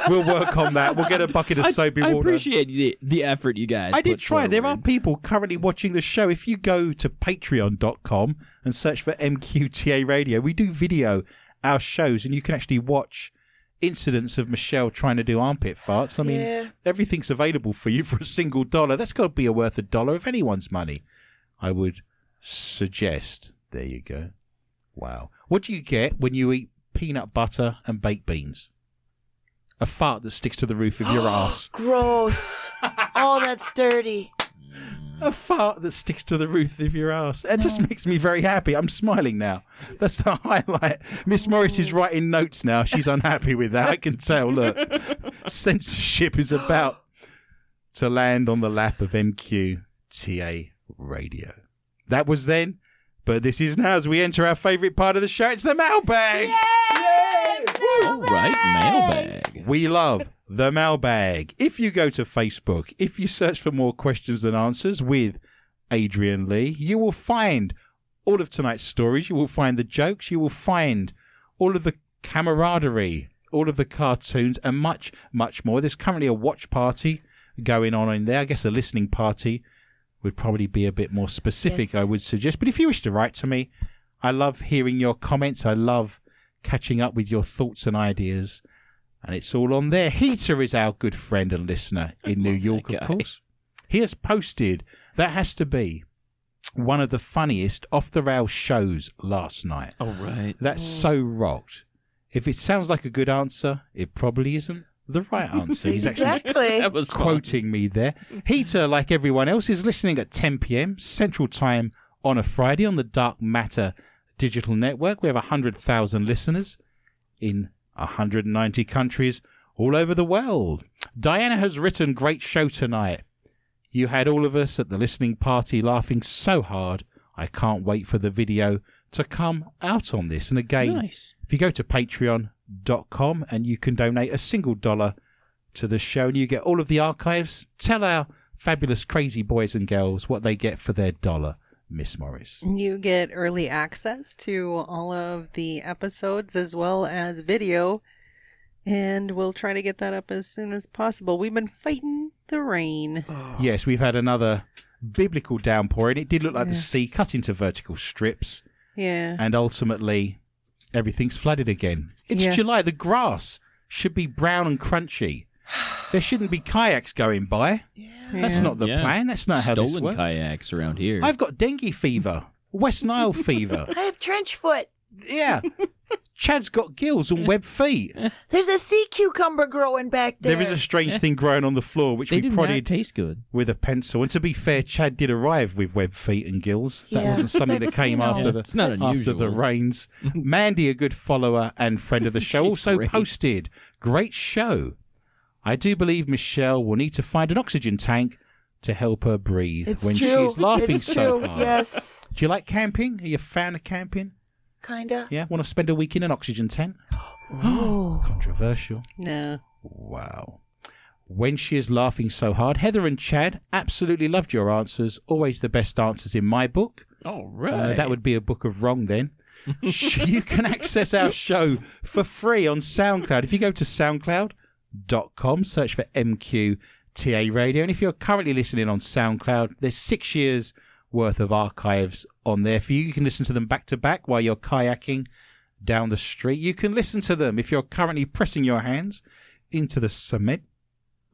Speaker 1: we'll work on that. We'll get a bucket of
Speaker 4: I,
Speaker 1: soapy
Speaker 4: I
Speaker 1: water.
Speaker 4: appreciate the, the effort you guys.
Speaker 1: I did
Speaker 4: put
Speaker 1: try. There are
Speaker 4: forward.
Speaker 1: people currently watching the show. If you go to patreon.com and search for MQTA Radio, we do video our shows and you can actually watch incidents of Michelle trying to do armpit farts. I mean,
Speaker 3: Yeah.
Speaker 1: everything's available for you for a single dollar. That's got to be a worth a dollar of anyone's money. I would suggest. There you go. Wow. What do you get when you eat peanut butter and baked beans? A fart that sticks to the roof of
Speaker 3: *gasps*
Speaker 1: your ass. *laughs*
Speaker 3: Gross. Oh, that's dirty.
Speaker 1: A fart that sticks to the roof of your ass. That just makes me very happy. I'm smiling now. That's the *laughs* highlight. Miss Morris is writing notes now. She's unhappy with that. I can tell. Look, censorship is about to land on the lap of MQTA radio. That was then, but this is now as we enter our favourite part of the show. It's the mailbag.
Speaker 4: All right, mailbag.
Speaker 1: We love the mailbag. If you go to Facebook, if you search for more questions than answers with Adrian Lee, you will find all of tonight's stories. You will find the jokes. You will find all of the camaraderie, all of the cartoons, and much, much more. There's currently a watch party going on in there. I guess a listening party would probably be a bit more specific, I would suggest. But if you wish to write to me, I love hearing your comments. I love catching up with your thoughts and ideas. And it's all on there. Heater is our good friend and listener in New York, of
Speaker 4: guy.
Speaker 1: course. He has posted, that has to be one of the funniest off the rail shows last night.
Speaker 4: All right.
Speaker 1: That's so rocked. If it sounds like a good answer, it probably isn't the right answer.
Speaker 3: *laughs*
Speaker 1: He's actually *laughs*
Speaker 3: Exactly.
Speaker 4: That was fun.
Speaker 1: quoting me there. Heater, like everyone else, is listening at 10 p.m. Central Time on a Friday on the Dark Matter Digital Network. We have 100,000 listeners in 190 countries all over the world. Diana has written, Great show tonight. You had all of us at the listening party laughing so hard. I can't wait for the video to come out on this. And again,
Speaker 4: Nice.
Speaker 1: if you go to patreon.com and you can donate a single dollar to the show and you get all of the archives, tell our fabulous crazy boys and girls what they get for their dollar, Miss Morris.
Speaker 2: You get early access to all of the episodes as well as video, and we'll try to get that up as soon as possible. We've been fighting the rain.
Speaker 1: Yes, we've had another biblical downpour and it did look like the
Speaker 2: Yeah.
Speaker 1: sea cut into vertical strips
Speaker 2: Yeah.
Speaker 1: and ultimately everything's flooded again. It's
Speaker 2: Yeah.
Speaker 1: July, the grass should be brown and crunchy. There shouldn't be kayaks going by. That's
Speaker 2: Yeah.
Speaker 1: not the
Speaker 4: Yeah.
Speaker 1: plan. That's not how this
Speaker 4: Stolen
Speaker 1: works.
Speaker 4: kayaks around here.
Speaker 1: I've got dengue fever, West Nile fever.
Speaker 3: I have trench foot.
Speaker 1: Yeah. Chad's got gills and web feet.
Speaker 3: There's a sea cucumber growing back there.
Speaker 1: There is a strange thing growing on the floor, which
Speaker 4: they
Speaker 1: we
Speaker 4: do
Speaker 1: prodded
Speaker 4: not taste good.
Speaker 1: with a pencil. And to be fair, Chad did arrive with web feet and gills. That
Speaker 3: Yeah.
Speaker 1: wasn't something that came
Speaker 3: No.
Speaker 1: after the
Speaker 4: It's not
Speaker 1: after
Speaker 4: unusual.
Speaker 1: the
Speaker 4: *laughs*
Speaker 1: rains. Mandy, a good follower and friend of the show,
Speaker 4: She's
Speaker 1: also
Speaker 4: great.
Speaker 1: posted great show. I do believe Michelle will need to find an oxygen tank to help her breathe
Speaker 3: It's
Speaker 1: when
Speaker 3: true.
Speaker 1: she's laughing
Speaker 3: it's
Speaker 1: so
Speaker 3: true.
Speaker 1: hard.
Speaker 3: Yes.
Speaker 1: Do you like camping? Are you a fan of camping?
Speaker 3: Kinda.
Speaker 1: Yeah, want to spend a week in an oxygen tent? *gasps*
Speaker 3: Oh.
Speaker 2: *gasps*
Speaker 1: Controversial.
Speaker 2: No.
Speaker 1: Wow. When she is laughing so hard, Heather and Chad absolutely loved your answers. Always the best answers in my book.
Speaker 4: All
Speaker 1: Uh,
Speaker 4: right.
Speaker 1: that would be a book of wrong then. you can access our show for free on SoundCloud. If you go to soundcloud.com, search for MQTA Radio. And if you're currently listening on SoundCloud, there's six years worth of archives on there for you. You can listen to them back to back while you're kayaking down the street. You can listen to them if you're currently pressing your hands into the cement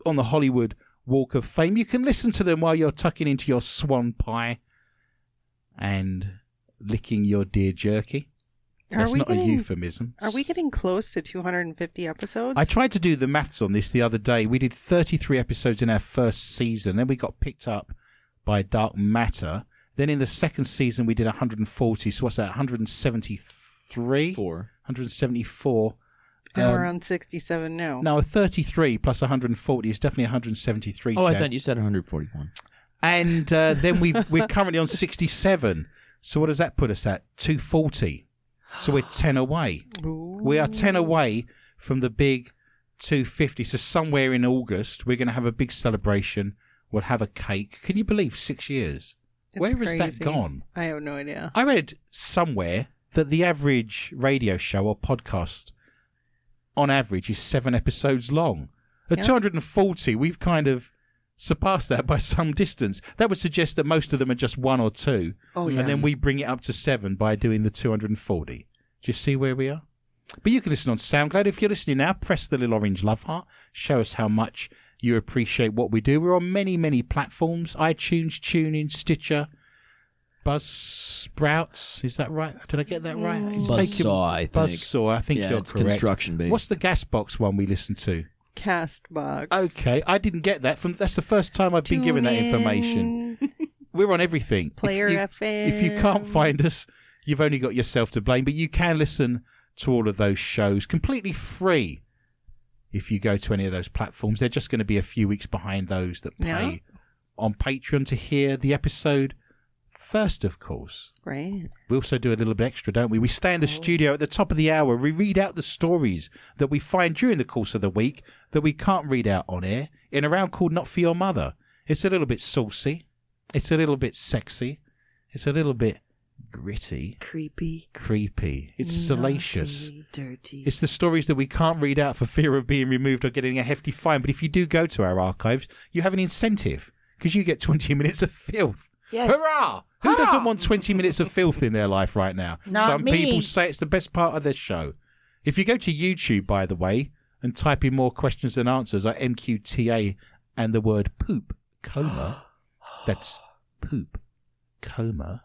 Speaker 1: on the Hollywood Walk of Fame. You can listen to them while you're tucking into your swan pie and licking your dear jerky.
Speaker 2: Are
Speaker 1: That's
Speaker 2: we
Speaker 1: not a
Speaker 2: getting
Speaker 1: euphemism.
Speaker 2: are we getting close to 250 episodes?
Speaker 1: I tried to do the maths on this the other day. We did 33 episodes in our first season. Then we got picked up by Dark Matter. Then in the second season, we did 140. So what's that? 173?
Speaker 4: Four.
Speaker 1: 174.
Speaker 2: and
Speaker 1: Um,
Speaker 2: we're on 67 now.
Speaker 1: no, 33 plus 140 is definitely 173.
Speaker 4: Oh, I
Speaker 1: Chad.
Speaker 4: thought you said 141.
Speaker 1: And uh, then
Speaker 2: *laughs*
Speaker 1: we we're currently on 67. So what does that put us at? 240. So we're 10 away. We are 10 away from the big 250. So somewhere in August, we're going to have a big celebration. We'll have a cake. Can you believe six years?
Speaker 2: It's
Speaker 1: Where has
Speaker 2: crazy.
Speaker 1: that gone?
Speaker 2: I have no idea.
Speaker 1: I read somewhere that the average radio show or podcast, on average, is seven episodes long. At
Speaker 2: Yeah.
Speaker 1: 240, we've kind of surpassed that by some distance. That would suggest that most of them are just one or two,
Speaker 3: Oh
Speaker 1: and then we bring it up to seven by doing the 240. Do you see where we are? But you can listen on SoundCloud. If you're listening now, press the little orange love heart. Show us how much you appreciate what we do. We're on many, many platforms iTunes, TuneIn, Stitcher, Buzzsprouts. Is that right? Did I get that right?
Speaker 2: Mm.
Speaker 1: It's
Speaker 4: Buzzsaw,
Speaker 1: taken-
Speaker 4: I think.
Speaker 1: Buzzsaw, I think
Speaker 4: yeah,
Speaker 1: you're
Speaker 4: it's
Speaker 1: correct.
Speaker 4: construction based.
Speaker 1: What's the Gasbox one we listened to?
Speaker 2: Castbox.
Speaker 1: Okay, I didn't get that. From That's the first time I've been given that
Speaker 2: Tune
Speaker 1: information.
Speaker 2: in,
Speaker 1: We're on everything.
Speaker 2: *laughs* Player
Speaker 1: You-
Speaker 2: FM.
Speaker 1: if you
Speaker 2: Um,
Speaker 1: can't find us, you've only got yourself to blame. But you can listen to all of those shows completely free if you go to any of those platforms. They're just going to be a few weeks behind those that play
Speaker 2: Yeah.
Speaker 1: on Patreon to hear the episode first, of course.
Speaker 2: Right.
Speaker 1: We also do a little bit extra, don't we? We stay in the studio at the top of the hour. We read out the stories that we find during the course of the week that we can't read out on air in a round called Not For Your Mother. It's a little bit saucy. It's a little bit sexy. It's a little bit gritty,
Speaker 3: creepy.
Speaker 1: creepy. It's salacious.
Speaker 3: naughty, Dirty.
Speaker 1: It's the stories that we can't read out for fear of being removed or getting a hefty fine. But if you do go to our archives, you have an incentive because you get 20 *laughs* minutes of filth.
Speaker 3: yes.
Speaker 1: Hurrah! Who doesn't want 20 minutes of filth in their life right now?
Speaker 3: Not
Speaker 1: Some
Speaker 3: me.
Speaker 1: people say it's the best part of their show. If you go to YouTube, by the way, and type in more questions than answers, like MQTA and the word poop
Speaker 3: *gasps*
Speaker 1: coma, that's poop coma.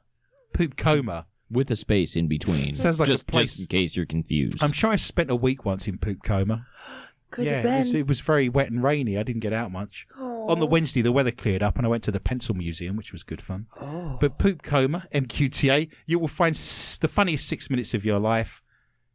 Speaker 1: Poop coma.
Speaker 4: With a space in between.
Speaker 1: Sounds like a
Speaker 4: just,
Speaker 1: place-
Speaker 4: just in case you're confused.
Speaker 1: I'm sure I spent a week once in poop coma.
Speaker 3: Could
Speaker 1: yeah,
Speaker 3: have been. Oh.
Speaker 1: it's- it was very wet and rainy. I didn't get out much. On the
Speaker 3: Aw.
Speaker 1: Wednesday, the weather cleared up, and I went to the Pencil Museum, which was good fun.
Speaker 3: Oh.
Speaker 1: But Poop Coma, MQTA, you will find s- the funniest six minutes of your life.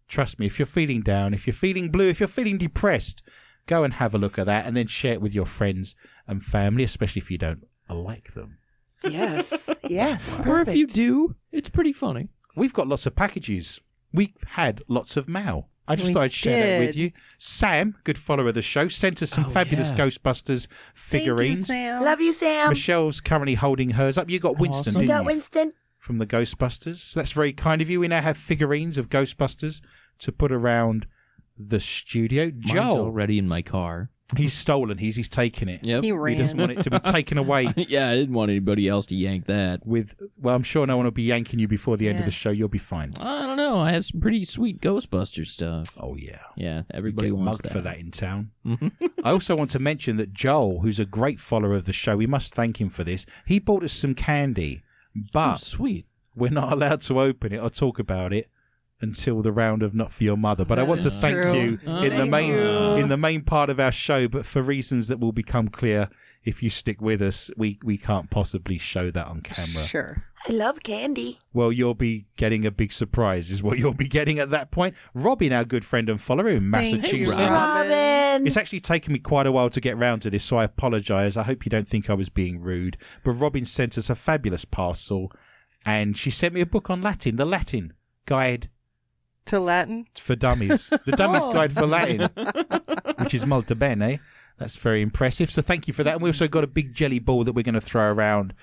Speaker 1: Trust me, if you're feeling down, if you're feeling blue, if you're feeling depressed, go and have a look at that and then share it with your friends and family, especially if you don't like them. *laughs*
Speaker 3: yes. Yes.
Speaker 4: or
Speaker 3: Perfect.
Speaker 4: if you do, it's pretty funny.
Speaker 1: We've got lots of packages. We had lots of mail. I just
Speaker 2: We
Speaker 1: thought I'd share that with
Speaker 2: did.
Speaker 1: you. Sam, good follower of the show, sent us some
Speaker 4: Oh,
Speaker 1: fabulous
Speaker 4: yeah.
Speaker 1: Ghostbusters
Speaker 2: Thank you,
Speaker 1: figurines.
Speaker 2: Sam.
Speaker 3: Love you, Sam.
Speaker 1: Michelle's currently holding hers up. You got Winston,
Speaker 4: Awesome.
Speaker 3: you
Speaker 1: didn't
Speaker 3: got
Speaker 1: you?
Speaker 3: Winston?
Speaker 1: from the Ghostbusters. So that's very kind of you. We now have figurines of Ghostbusters to put around the studio.
Speaker 4: Mine's
Speaker 1: Joel,
Speaker 4: already in my car.
Speaker 1: he's stolen. He's he's taken it.
Speaker 4: Yep.
Speaker 2: He
Speaker 1: He doesn't
Speaker 2: ran.
Speaker 1: want it to be taken away.
Speaker 4: *laughs* yeah, I didn't want anybody else to yank that.
Speaker 1: With well, I'm sure no one will be yanking you before the end of
Speaker 3: Yeah.
Speaker 1: the show. You'll be fine.
Speaker 4: I don't know. I have some pretty sweet Ghostbuster stuff.
Speaker 1: Oh yeah,
Speaker 4: Yeah,
Speaker 1: you
Speaker 4: everybody
Speaker 1: get
Speaker 4: wants
Speaker 1: mugged for that in town.
Speaker 4: Mhm.
Speaker 1: I also want to mention that Joel, who's a great follower of the show, we must thank him for this. He bought us some candy,
Speaker 4: Oh,
Speaker 1: but
Speaker 4: sweet.
Speaker 1: we're not allowed to open it or talk about it until the round of not for your mother. But I
Speaker 2: That
Speaker 1: want to
Speaker 2: is
Speaker 1: thank
Speaker 2: true.
Speaker 1: you
Speaker 4: Oh,
Speaker 1: in the
Speaker 2: thank
Speaker 1: main
Speaker 2: you.
Speaker 1: in the main part of our show, but for reasons that will become clear if you stick with us, we, we can't possibly show that on camera.
Speaker 2: Sure.
Speaker 3: I love candy.
Speaker 1: Well, you'll be getting a big surprise, is what you'll be getting at that point. Robin, our good friend and follower in
Speaker 2: Thank
Speaker 1: Massachusetts.
Speaker 2: you,
Speaker 4: Robin.
Speaker 3: Robin.
Speaker 1: It's actually taken me quite a while to get round to this, so I apologise. I hope you don't think I was being rude. But Robin sent us a fabulous parcel, and she sent me a book on Latin, the Latin Guide
Speaker 2: To Latin.
Speaker 1: for Dummies,
Speaker 3: *laughs*
Speaker 1: the Dummies
Speaker 3: Oh.
Speaker 1: Guide for
Speaker 3: *laughs*
Speaker 1: Latin, which is molto bene. That's very impressive. So thank you for that. And we also got a big jelly ball that we're going to throw around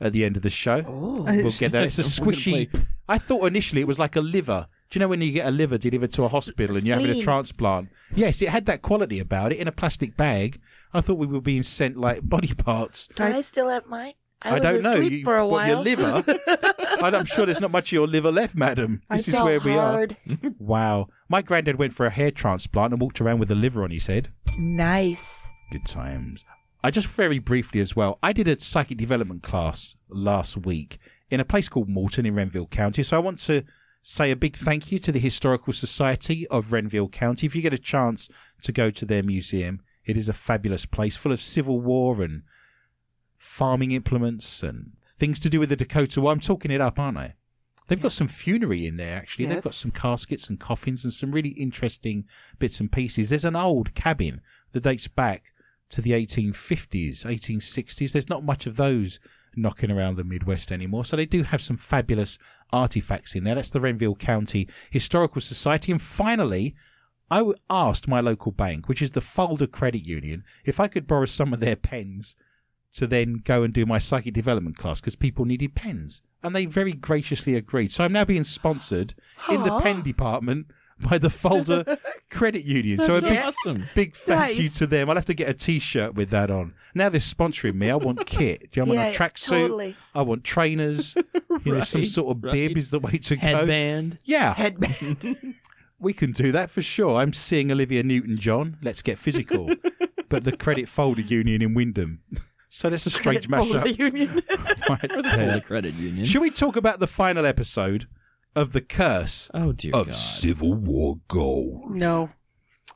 Speaker 1: at the end of the show.
Speaker 3: Oh.
Speaker 2: I-
Speaker 1: We'll get that. It's
Speaker 3: *laughs*
Speaker 1: a
Speaker 4: We're gonna
Speaker 1: squishy. I thought initially it was like a liver. Do you know when you get a liver delivered to a hospital and you're having a
Speaker 3: Spleen.
Speaker 1: transplant? Yes, it had that quality about it in a plastic bag. I thought we were being sent like body parts.
Speaker 3: Do I, still have mine? I,
Speaker 1: I,
Speaker 3: was
Speaker 1: don't know.
Speaker 3: asleep
Speaker 1: You-
Speaker 3: for a
Speaker 1: what,
Speaker 3: while.
Speaker 1: your
Speaker 3: *laughs*
Speaker 1: liver? And I'm sure there's not much of your liver left, madam.
Speaker 2: I
Speaker 1: This is
Speaker 3: Felt
Speaker 1: where we are.
Speaker 3: hard.
Speaker 1: Wow. My granddad went for a hair transplant and walked around with a liver on his head.
Speaker 3: Nice.
Speaker 1: Good times. I just very briefly as well, I did a psychic development class last week in a place called Morton in Renville County. So I want to say a big thank you to the Historical Society of Renville County. If you get a chance to go to their museum, it is a fabulous place full of Civil War and farming implements and things to do with the Dakota. Well, I'm talking it up, aren't I? They've got some funerary in there, actually. They've got
Speaker 3: Yes.
Speaker 1: some caskets and coffins and some really interesting bits and pieces. There's an old cabin that dates back to the 1850s, 1860s. There's not much of those knocking around the Midwest anymore. So they do have some fabulous artifacts in there. That's the Renville County Historical Society. And finally, I w- asked my local bank, which is the Folder Credit Union, if I could borrow some of their pens to then go and do my psychic development class because people needed pens. And they very graciously agreed. So I'm now being sponsored in the
Speaker 3: Aw.
Speaker 1: pen department by the Folder Credit Union. So a
Speaker 4: That's
Speaker 1: big
Speaker 4: awesome.
Speaker 1: Big thank you
Speaker 3: Nice.
Speaker 1: to them. I'll have to get a T-shirt with that on. Now they're sponsoring me. I want kit. Do you know, I want a tracksuit?
Speaker 3: Totally.
Speaker 1: I want trainers. You know, some
Speaker 4: Right,
Speaker 1: sort of
Speaker 4: right.
Speaker 1: bib is the way to go.
Speaker 4: Headband.
Speaker 1: Yeah, *laughs*
Speaker 3: Headband.
Speaker 1: we can do that for sure. I'm seeing Olivia Newton-John. Let's get physical. but the Credit Folder Union in Wyndham. *laughs* So that's a strange
Speaker 3: Folder
Speaker 1: mashup.
Speaker 3: Union.
Speaker 1: Right
Speaker 4: Full
Speaker 1: there.
Speaker 4: of credit union.
Speaker 1: Should we talk about the final episode of the Curse
Speaker 4: Oh dear
Speaker 1: of
Speaker 4: God.
Speaker 1: Civil War Gold?
Speaker 2: No.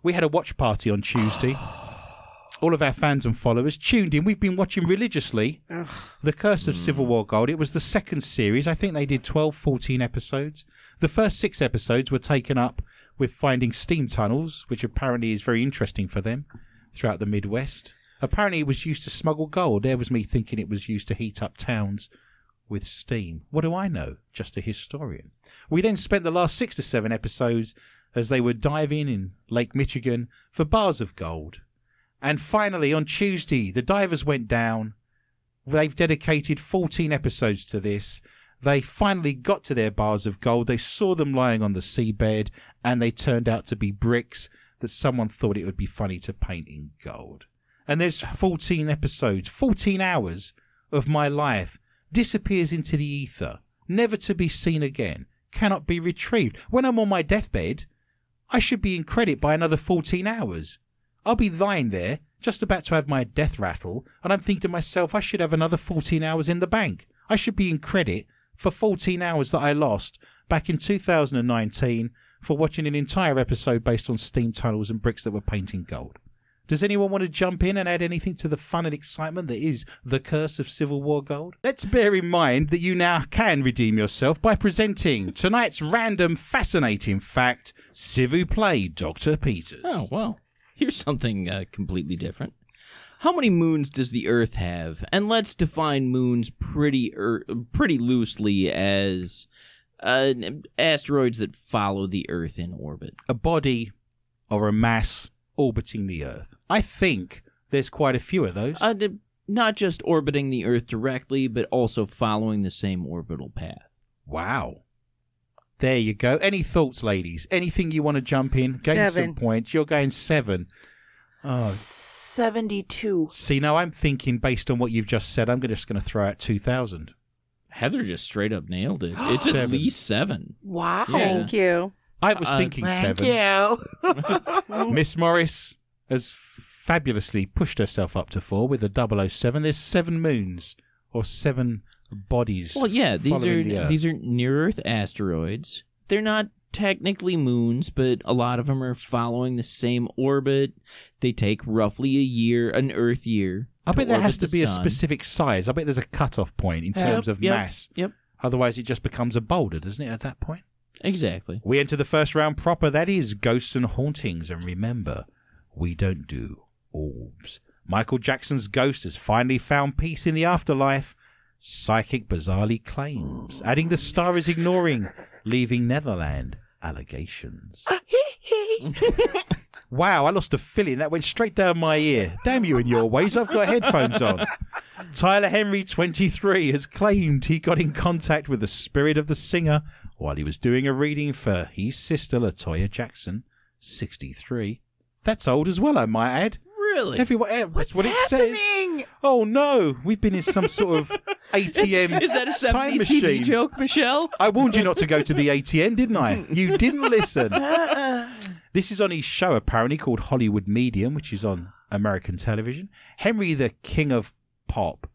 Speaker 1: We had a watch party on Tuesday. All of our fans and followers tuned in. We've been watching religiously
Speaker 2: Ugh.
Speaker 1: The Curse of Civil War Gold. It was the second series. I think they did 12, 14 episodes. The first six episodes were taken up with finding steam tunnels, which apparently is very interesting for them throughout the Midwest. Apparently, it was used to smuggle gold. There was me thinking it was used to heat up towns with steam. What do I know? Just a historian. We then spent the last six to seven episodes as they were diving in Lake Michigan for bars of gold. And finally, on Tuesday, the divers went down. They've dedicated 14 episodes to this. They finally got to their bars of gold. They saw them lying on the seabed, and they turned out to be bricks that someone thought it would be funny to paint in gold. And there's 14 episodes, 14 hours of my life disappears into the ether, never to be seen again, cannot be retrieved. When I'm on my deathbed, I should be in credit by another 14 hours. I'll be lying there, just about to have my death rattle, and I'm thinking to myself, I should have another 14 hours in the bank. I should be in credit for 14 hours that I lost back in 2019 for watching an entire episode based on steam tunnels and bricks that were painting gold. Does anyone want to jump in and add anything to the fun and excitement that is the curse of Civil War gold? Let's bear in mind that you now can redeem yourself by presenting tonight's random fascinating fact, Civu Play Dr. Peters.
Speaker 4: Oh well. Here's something uh, completely different. How many moons does the Earth have? And let's define moons pretty er- pretty loosely as uh, asteroids that follow the Earth in orbit.
Speaker 1: a body or a mass orbiting the Earth. I think there's quite a few of those.
Speaker 4: Uh, d- not just orbiting the Earth directly, but also following the same orbital path.
Speaker 1: wow. There you go. Any thoughts, ladies? Anything you want to jump in? Gain some
Speaker 2: Seven.
Speaker 1: points. You're going seven. Oh,
Speaker 3: 72.
Speaker 1: see, now I'm thinking based on what you've just said, I'm just going to throw out 2,000.
Speaker 4: Heather just straight up nailed it. It's at
Speaker 1: Seven.
Speaker 4: least seven.
Speaker 3: Wow.
Speaker 4: Yeah.
Speaker 2: Thank you.
Speaker 1: *laughs* I was
Speaker 4: Uh,
Speaker 1: thinking
Speaker 3: Thank
Speaker 1: seven.
Speaker 3: you.
Speaker 1: Miss Morris has fabulously pushed herself up to four with a 007. There's seven moons or seven bodies.
Speaker 4: Well, yeah, these
Speaker 1: following
Speaker 4: are
Speaker 1: the uh, Earth.
Speaker 4: these are near Earth asteroids. They're not technically moons, but a lot of them are following the same orbit. They take roughly a year, an Earth year.
Speaker 1: I bet there
Speaker 4: orbit
Speaker 1: has to
Speaker 4: the
Speaker 1: be a
Speaker 4: sun.
Speaker 1: specific size. I bet there's a cut-off point in
Speaker 4: Yep,
Speaker 1: terms of
Speaker 4: yep,
Speaker 1: mass.
Speaker 4: Yep,
Speaker 1: Otherwise, it just becomes a boulder, doesn't it, at that point?
Speaker 4: exactly.
Speaker 1: We enter the first round proper. That is ghosts and hauntings. And remember, we don't do orbs. Michael Jackson's ghost has finally found peace in the afterlife. Psychic bizarrely claims. Adding the star is ignoring, leaving Netherland allegations.
Speaker 3: *laughs*
Speaker 1: Wow, I lost a filling. That went straight down my ear. Damn you and your ways. I've got headphones on. Tyler Henry, 23, has claimed he got in contact with the spirit of the singer while he was doing a reading for his sister, Latoya Jackson, 63. That's old as well, I might add.
Speaker 4: Really?
Speaker 1: Everyone, eh, that's
Speaker 3: What's
Speaker 1: what it says.
Speaker 3: happening?
Speaker 1: *laughs* Oh no, we've been in some sort
Speaker 3: *laughs*
Speaker 1: of ATM
Speaker 4: Is that
Speaker 1: *laughs*
Speaker 4: a
Speaker 1: time
Speaker 4: 70s
Speaker 1: machine.
Speaker 4: TV joke, Michelle?
Speaker 1: I warned you not to go to the ATM, didn't I? You didn't listen.
Speaker 3: Uh-uh.
Speaker 1: This is on his show, apparently, called Hollywood Medium, which is on American television. Henry, the king of pop,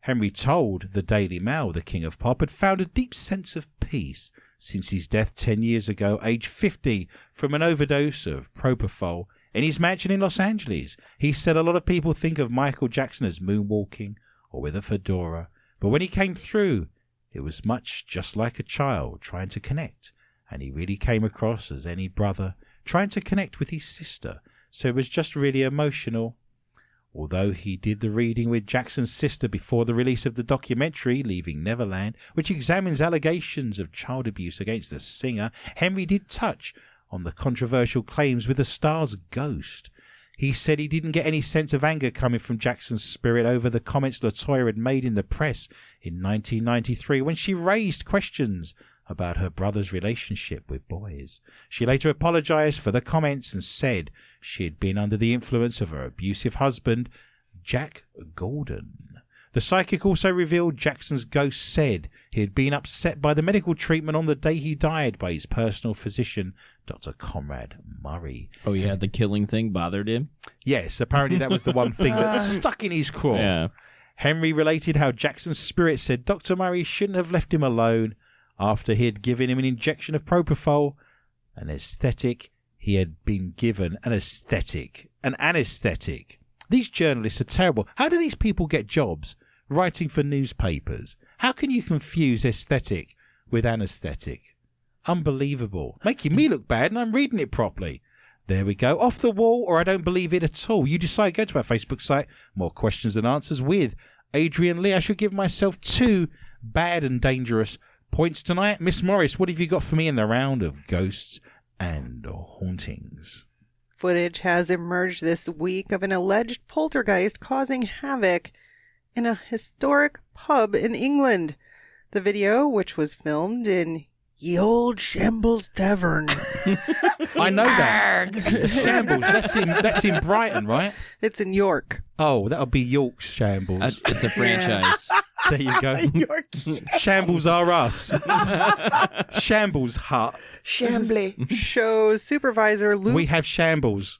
Speaker 1: Henry told the Daily Mail the King of Pop had found a deep sense of peace since his death 10 years ago, aged 50, from an overdose of propofol in his mansion in Los Angeles. He said a lot of people think of Michael Jackson as moonwalking or with a fedora, but when he came through, it was much just like a child trying to connect, and he really came across as any brother trying to connect with his sister, so it was just really emotional. Although he did the reading with Jackson's sister before the release of the documentary Leaving Neverland, which examines allegations of child abuse against the singer, Henry did touch on the controversial claims with the star's ghost. He said he didn't get any sense of anger coming from Jackson's spirit over the comments Latoya had made in the press in 1993 when she raised questions about her brother's relationship with boys. She later apologized for the comments and said she had been under the influence of her abusive husband, Jack Golden. The psychic also revealed Jackson's ghost said he had been upset by the medical treatment on the day he died by his personal physician, Dr. Conrad Murray.
Speaker 4: Oh yeah, the killing thing bothered him.
Speaker 1: Yes, apparently that was the one thing that stuck in his craw.
Speaker 4: Yeah.
Speaker 1: Henry related how Jackson's spirit said Dr. Murray shouldn't have left him alone after he had given him an injection of propofol, an aesthetic. He had been given an aesthetic, an anesthetic. These journalists are terrible. How do these people get jobs writing for newspapers? How can you confuse aesthetic with anesthetic? Unbelievable. Making me look bad and I'm reading it properly. There we go. Off the wall, or I don't believe it at all. You decide. Go to our Facebook site. More questions and answers with Adrian Lee. I should give myself two bad and dangerous points tonight. Miss Morris, what have you got for me in the round of ghosts and hauntings?
Speaker 2: Footage has emerged this week of an alleged poltergeist causing havoc in a historic pub in England. The video, which was filmed in Ye Old Shambles Tavern,
Speaker 1: I know that. Shambles. That's in that's in Brighton, right?
Speaker 2: it's in York.
Speaker 1: Oh, that'll be York Shambles.
Speaker 4: *laughs* That's- It's a *laughs* franchise.
Speaker 1: there you go.
Speaker 2: *laughs* York.
Speaker 1: Shambles are us. Shambles hut.
Speaker 3: Shambly.
Speaker 2: Show supervisor Luke.
Speaker 1: We have shambles.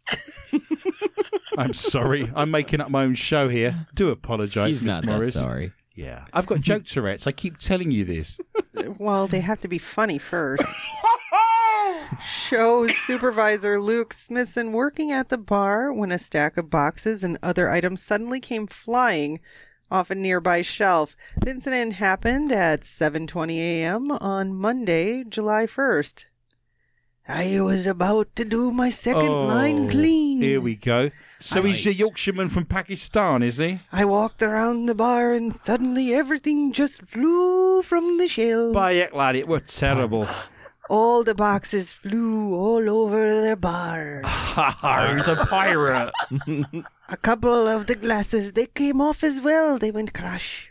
Speaker 1: I'm sorry. I'm making up my own show here. Do apologise,
Speaker 4: He's
Speaker 1: Miss
Speaker 4: not
Speaker 1: Morris.
Speaker 4: that sorry.
Speaker 1: Yeah, I've got joke Tourette's. I keep telling you this.
Speaker 2: Well, they have to be funny first. Shows supervisor Luke Smithson working at the bar when a stack of boxes and other items suddenly came flying off a nearby shelf. The incident happened at 7:20 a.m. on Monday, July 1st. I was about to do my second
Speaker 1: Oh,
Speaker 2: line clean.
Speaker 1: Here we go. So he's a
Speaker 4: Nice.
Speaker 1: Yorkshireman from Pakistan, is he?
Speaker 2: I walked around the bar and suddenly everything just flew from the shelves.
Speaker 1: By Eklad, it were terrible.
Speaker 2: All the boxes flew all over the *laughs* bar.
Speaker 1: Oh, he's a pirate.
Speaker 2: A couple of the glasses, they came off as well. They went crash.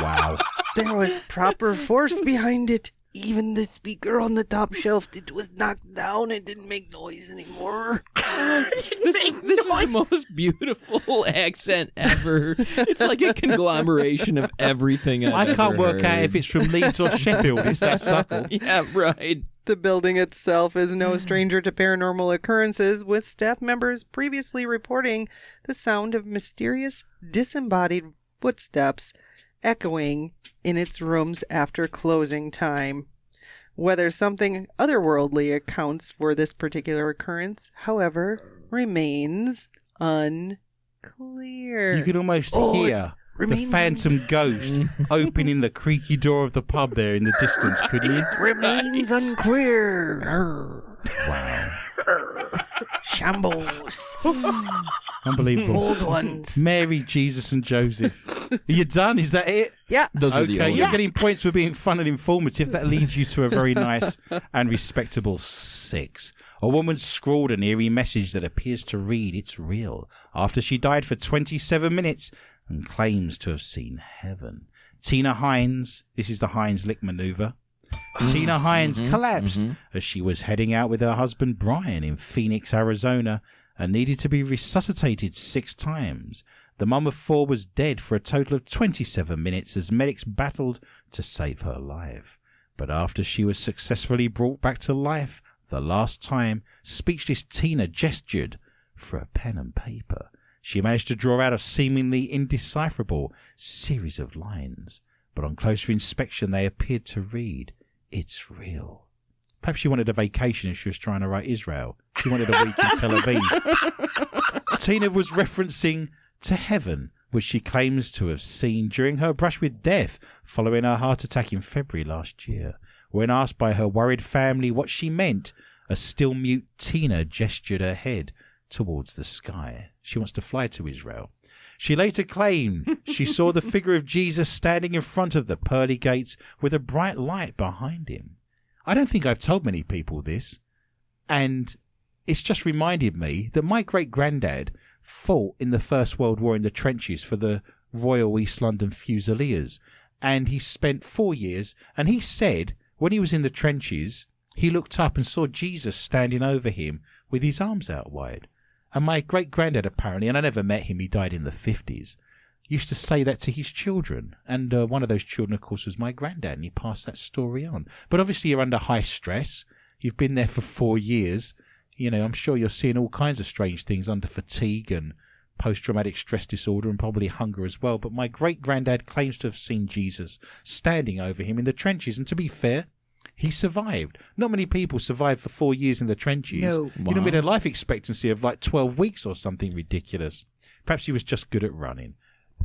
Speaker 1: Wow.
Speaker 2: There was proper force behind it. Even the speaker on the top shelf, it was knocked down. It didn't make noise anymore.
Speaker 4: This, is- this is the most beautiful *laughs* accent ever. It's like a conglomeration of everything I've
Speaker 1: I can't
Speaker 4: ever
Speaker 1: work out
Speaker 4: heard.
Speaker 1: if it's from Leeds or Sheffield. It's
Speaker 2: *laughs*
Speaker 1: that subtle.
Speaker 4: *laughs* Yeah, right.
Speaker 2: The building itself is no
Speaker 1: Mm.
Speaker 2: stranger to paranormal occurrences, with staff members previously reporting the sound of mysterious disembodied footsteps echoing in its rooms after closing time. Whether something otherworldly accounts for this particular occurrence, however, remains unclear.
Speaker 1: You could almost
Speaker 2: Oh, it
Speaker 1: hear the
Speaker 2: remains-
Speaker 1: phantom ghost
Speaker 4: Mm-hmm.
Speaker 1: opening the creaky door of the pub there in the distance, couldn't you? *laughs*
Speaker 2: Remains unclear. Arr.
Speaker 1: Wow.
Speaker 2: Shambles.
Speaker 1: *laughs*
Speaker 2: *laughs*
Speaker 1: Unbelievable.
Speaker 2: Old ones.
Speaker 1: Mary, Jesus, and Joseph. Are you done? Is that it?
Speaker 2: Yeah.
Speaker 4: Those are the
Speaker 1: Okay,
Speaker 4: old
Speaker 1: you're getting points for being fun and informative. That leads you to a very nice and respectable six. A woman scrawled an eerie message that appears to read it's real after she died for 27 minutes and claims to have seen heaven. Tina Hines, this is the Hines Lick maneuver. Tina Hines
Speaker 4: mhm,
Speaker 1: collapsed
Speaker 4: mhm.
Speaker 1: as she was heading out with her husband Brian in Phoenix, Arizona, and needed to be resuscitated six times. The mum of four was dead for a total of 27 minutes as medics battled to save her life. But after she was successfully brought back to life the last time, speechless Tina gestured for a pen and paper. She managed to draw out a seemingly indecipherable series of lines, but on closer inspection they appeared to read, It's real. Perhaps she wanted a vacation if she was trying to write Israel. She wanted a week in Tel Aviv. Tina was referencing to heaven, which she claims to have seen during her brush with death following her heart attack in February last year. When asked by her worried family what she meant, a still mute Tina gestured her head towards the sky. She wants to fly to Israel. She later claimed she saw the figure of Jesus standing in front of the pearly gates with a bright light behind him. I don't think I've told many people this, and it's just reminded me that my great granddad fought in the First World War in the trenches for the Royal East London Fusiliers, and he spent four years. And he said when he was in the trenches, he looked up and saw Jesus standing over him with his arms out wide. And my great granddad apparently, and I never met him, he died in the fifties. Used to say that to his children, and uh, one of those children, of course, was my granddad, and he passed that story on. But obviously, you're under high stress. You've been there for four years you know, I'm sure you're seeing all kinds of strange things under fatigue and post traumatic stress disorder and probably hunger as well. But my great granddad claims to have seen Jesus standing over him in the trenches. And to be fair, he survived. Not many people survive for four years in the trenches.
Speaker 3: No.
Speaker 1: You know, with
Speaker 4: Wow.
Speaker 1: a life expectancy of like 12 weeks or something ridiculous. Perhaps he was just good at running.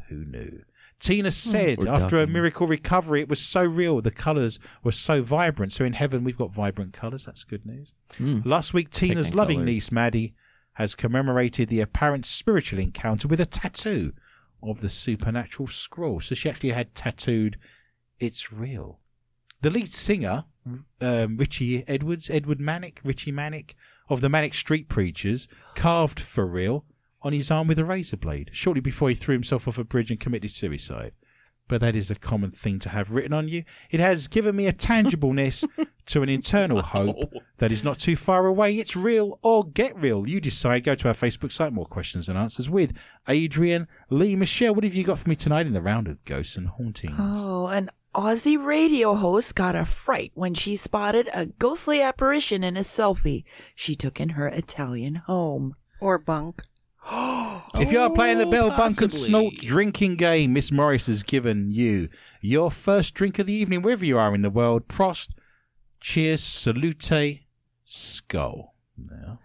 Speaker 1: Who knew? Tina said
Speaker 4: Hmm. Or
Speaker 1: after a
Speaker 4: ducking.
Speaker 1: miracle recovery, it was so real. The colours were so vibrant. So in heaven, we've got vibrant colours. That's good news.
Speaker 4: Hmm.
Speaker 1: Last week, Tina's
Speaker 4: Technicolor.
Speaker 1: loving niece Maddie has commemorated the apparent spiritual encounter with a tattoo of the supernatural scroll. So she actually had tattooed, "It's real." The lead singer, um, Richie Edwards, Edward Manick, Richie Manick of the Manick Street Preachers, carved for real on his arm with a razor blade shortly before he threw himself off a bridge and committed suicide. But that is a common thing to have written on you. It has given me a tangibleness to an internal hope that is not too far away. It's real or get real. You decide. Go to our Facebook site. More questions and answers with Adrian Lee. Michelle, what have you got for me tonight in the round of ghosts and hauntings?
Speaker 3: Oh, an Aussie radio host got a fright when she spotted a ghostly apparition in a selfie she took in her Italian
Speaker 1: *gasps*
Speaker 3: home.
Speaker 2: Or bunk.
Speaker 1: If you are playing the
Speaker 4: Oh,
Speaker 1: Bell Bunk and
Speaker 4: possibly.
Speaker 1: Snort drinking game, Miss Morris has given you your first drink of the evening, wherever you are in the world. Prost, cheers, salute, skull. Now,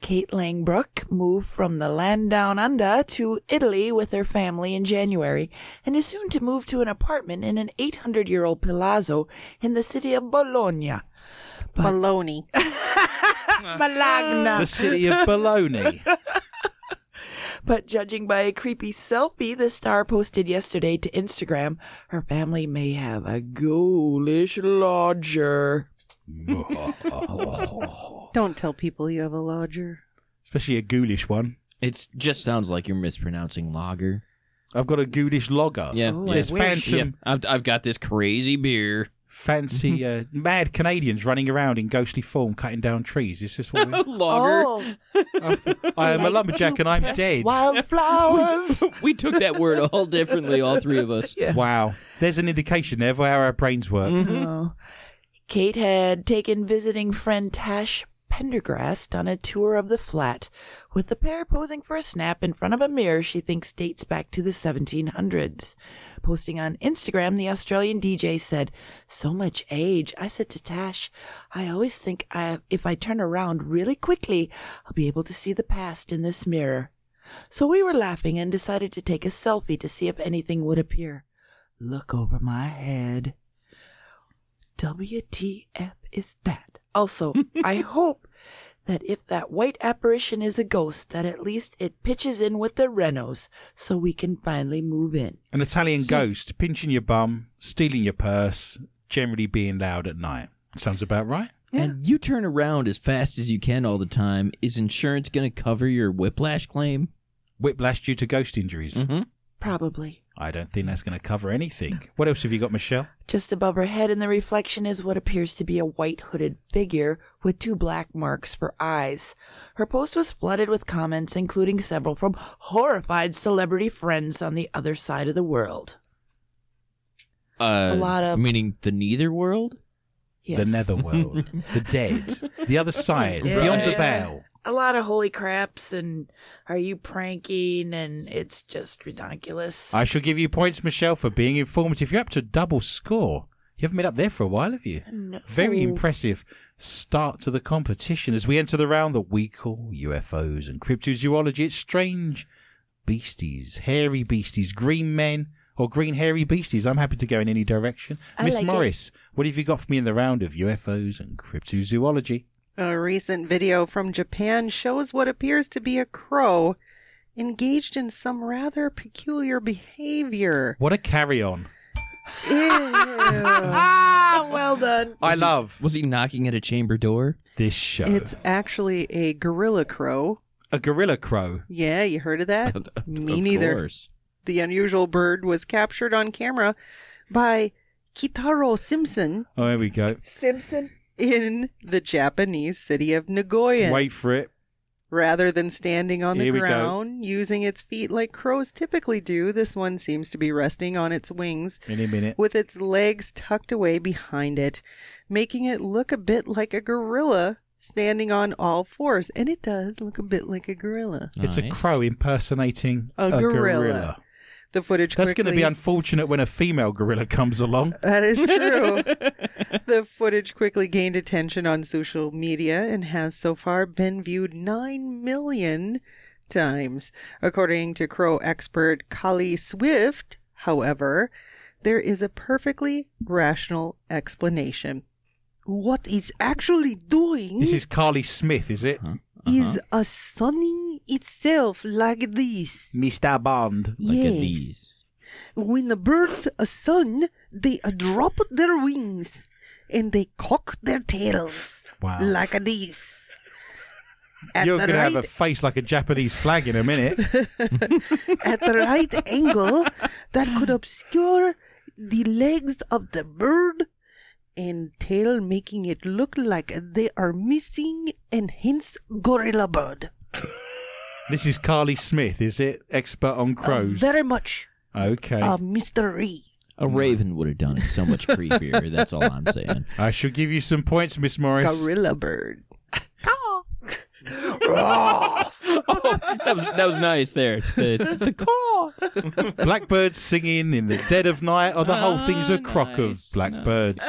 Speaker 3: Kate Langbrook moved from the land down under to Italy with her family in January and is soon to move to an apartment in an 800 year old palazzo in the city of Bologna. *laughs* But-
Speaker 2: Baloney.
Speaker 3: Bologna.
Speaker 1: the city
Speaker 4: *laughs*
Speaker 1: of Bologna.
Speaker 3: But judging by a creepy selfie the star posted yesterday to Instagram, her family may have a ghoulish lodger. Oh,
Speaker 2: Don't tell people you have a lodger.
Speaker 1: Especially a ghoulish one.
Speaker 4: It just sounds like you're mispronouncing lager.
Speaker 1: I've got a ghoulish logger.
Speaker 4: Yeah.
Speaker 3: Oh,
Speaker 1: It
Speaker 3: I
Speaker 1: says
Speaker 3: wish.
Speaker 1: phantom,
Speaker 4: yeah, I've, I've got this crazy beer.
Speaker 1: fancy uh,
Speaker 4: Mm-hmm.
Speaker 1: mad Canadians running around in ghostly form, cutting down trees. Is this
Speaker 4: *laughs*
Speaker 1: what we?
Speaker 4: *laughs* lager.
Speaker 1: Oh. I- I am a lumberjack and I'm dead.
Speaker 3: Wildflowers.
Speaker 4: we took that word all differently, all three
Speaker 1: *laughs*
Speaker 4: of us.
Speaker 3: yeah.
Speaker 1: Wow, there's an indication there of how our brains work.
Speaker 4: Mhm.
Speaker 3: Oh. Kate had taken visiting friend Tash Pendergrast on a tour of the flat, with the pair posing for a snap in front of a mirror she thinks dates back to the 1700s. Posting on Instagram, the Australian DJ said, So much age. I said to Tash, I always think I, if I turn around really quickly, I'll be able to see the past in this mirror. So we were laughing and decided to take a selfie to see if anything would appear. Look over my head. WTF is that? Also, I hope that if that white apparition is a ghost, that at least it pitches in with the Renos so we can finally move in.
Speaker 1: An Italian
Speaker 4: So-
Speaker 1: ghost pinching your bum, stealing your purse, generally being loud at night. Sounds about right.
Speaker 4: And you turn around as fast as you can all the time. Is insurance going to cover your whiplash claim?
Speaker 1: Whiplash due to ghost injuries.
Speaker 3: Mm.
Speaker 4: Mm-hmm.
Speaker 3: Probably.
Speaker 1: I don't think that's going to cover anything. What else have you got, Michelle?
Speaker 3: Just above her head in the reflection is what appears to be a white hooded figure with two black marks for eyes. Her post was flooded with comments, including several from horrified celebrity friends on the other side of the world.
Speaker 4: Uh,
Speaker 3: lot of-
Speaker 4: Meaning the neither world?
Speaker 3: Yes. *laughs*
Speaker 1: The netherworld, the dead, the other side,
Speaker 3: Yeah.
Speaker 1: beyond the
Speaker 3: Yeah.
Speaker 1: veil.
Speaker 3: a lot of holy craps and are you pranking and it's just ridiculous.
Speaker 1: I shall give you points, Michelle, for being informative. You're up to double score. You haven't been up there for a while, have you?
Speaker 3: No.
Speaker 1: Very impressive start to the competition as we enter the round that we call UFOs and cryptozoology. It's strange beasties, hairy beasties, green men or green hairy beasties. I'm happy to go in any direction.
Speaker 3: I
Speaker 1: Miss
Speaker 3: like it.
Speaker 1: Morris, what have you got for me in the round of UFOs and cryptozoology?
Speaker 2: A recent video from Japan shows what appears to be a crow engaged in some rather peculiar behavior.
Speaker 1: What a carry on.
Speaker 2: Ew.
Speaker 3: Ah, well done.
Speaker 1: I
Speaker 4: he-
Speaker 1: love
Speaker 4: Was he knocking at a chamber door?
Speaker 1: this show.
Speaker 2: It's actually a gorilla crow.
Speaker 1: a gorilla crow.
Speaker 2: Yeah, you heard of that? Me
Speaker 4: *laughs* Of
Speaker 2: neither.
Speaker 4: course.
Speaker 2: The unusual bird was captured on camera by Kitaro Simpson
Speaker 1: Oh, here we go.
Speaker 3: Simpson.
Speaker 2: in the Japanese city of Nagoya.
Speaker 1: Wait for it.
Speaker 2: Rather than standing on the
Speaker 1: Here we go.
Speaker 2: ground using its feet like crows typically do, this one seems to be resting on its wings
Speaker 1: In a minute.
Speaker 2: with its legs tucked away behind it, making it look a bit like a gorilla standing on all fours. And it does look a bit like a gorilla.
Speaker 1: It's a
Speaker 4: Nice.
Speaker 1: crow impersonating
Speaker 2: A
Speaker 1: a,
Speaker 2: gorilla.
Speaker 1: gorilla.
Speaker 2: The footage
Speaker 1: That's
Speaker 2: quickly
Speaker 1: going to be unfortunate when a female gorilla comes along. *laughs*
Speaker 2: That is true. the footage quickly gained attention on social media and has so far been viewed 9 million times. According to crow expert Collie Swift, however, there is a perfectly rational explanation. What is actually doing
Speaker 1: This is Carly Smith, is it?
Speaker 4: uh-huh.
Speaker 2: is a sunning itself like this.
Speaker 1: Mr. Bond.
Speaker 4: Look
Speaker 2: yes.
Speaker 4: at these.
Speaker 2: When the birds are sun, they uh, drop their wings and they cock their tails
Speaker 1: Wow.
Speaker 2: like
Speaker 1: *laughs*
Speaker 2: a this. At
Speaker 1: You're
Speaker 2: the
Speaker 1: going to have a
Speaker 2: right,
Speaker 1: face like a Japanese flag in a
Speaker 2: *laughs*
Speaker 1: minute.
Speaker 2: at
Speaker 1: *laughs*
Speaker 2: the right angle, that
Speaker 1: *gasps*
Speaker 2: could obscure the legs of the bird and tail, making it look like they are missing, and hence gorilla bird.
Speaker 1: this is Carly Smith, is it? Expert on crows.
Speaker 2: Very much
Speaker 1: Okay.
Speaker 2: a mystery.
Speaker 4: A raven would have done it so much creepier. That's all I'm saying.
Speaker 1: I shall give you some points, Miss Morris.
Speaker 2: Gorilla bird.
Speaker 4: Oh, *laughs* that was that was nice there. *laughs* The, the call.
Speaker 1: Blackbirds singing in the dead of night, or the
Speaker 2: Oh,
Speaker 1: whole
Speaker 4: Ah,
Speaker 1: thing's a crock
Speaker 4: nice,
Speaker 1: of
Speaker 2: *laughs*
Speaker 1: blackbirds.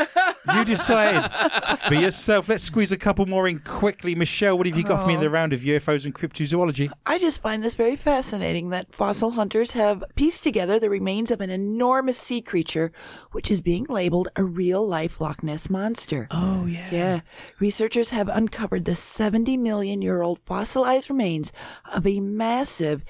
Speaker 1: You decide for yourself. Let's squeeze a couple more in quickly. Michelle, what have you got for me in
Speaker 2: Oh.
Speaker 1: the round of UFOs and cryptozoology?
Speaker 3: *laughs* I just find this very fascinating that fossil hunters have pieced together the remains of an enormous sea creature, which is being labeled a real life Loch Ness monster.
Speaker 4: Oh yeah.
Speaker 3: Yeah, researchers have uncovered the 70 million year old fossilized remains of a massive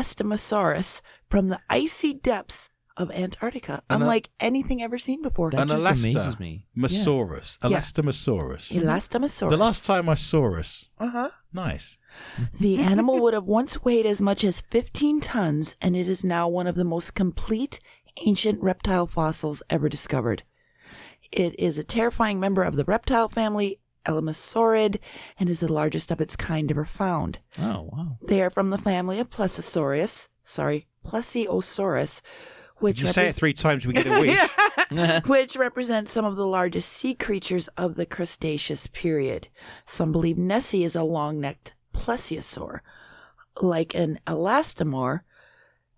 Speaker 3: Elastomosaurus from the icy depths of Antarctica,
Speaker 1: An-
Speaker 3: unlike anything ever seen before.
Speaker 4: That
Speaker 1: An
Speaker 4: just
Speaker 1: Elasta.
Speaker 4: amazes me.
Speaker 1: Mosaurus.
Speaker 3: Yeah.
Speaker 1: Elastomosaurus.
Speaker 3: Elastomosaurus.
Speaker 1: The last time I saw us.
Speaker 2: Uh-huh.
Speaker 1: Nice.
Speaker 3: The animal would have once weighed as much as 15 tons, and it is now one of the most complete ancient reptile fossils ever discovered. It is a terrifying member of the reptile family Elamosaurid and is the largest of its kind ever found.
Speaker 4: Yeah. Oh wow.
Speaker 3: They are from the family of Plesiosaurus, sorry, Plesiosaurus, which
Speaker 1: you say it
Speaker 3: repres-
Speaker 1: three times, we get a wish.
Speaker 3: which represents some of the largest sea creatures of the Cretaceous period. Some believe Nessie is a long necked plesiosaur, like an elastomore,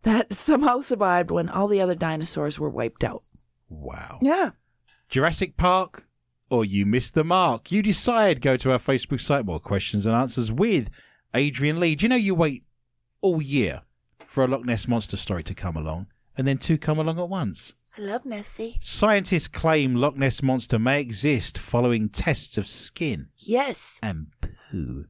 Speaker 3: that *laughs* somehow survived when all the other dinosaurs were wiped out.
Speaker 1: Wow.
Speaker 3: Yeah.
Speaker 1: Jurassic Park or you missed the mark. You decide. Go to our Facebook site. More questions and answers with Adrian Lee. Do you know you wait all year for a Loch Ness monster story to come along, and then two come along at once?
Speaker 3: I love Nessie.
Speaker 1: Scientists claim Loch Ness monster may exist following tests of skin
Speaker 3: Yes.
Speaker 1: and poo.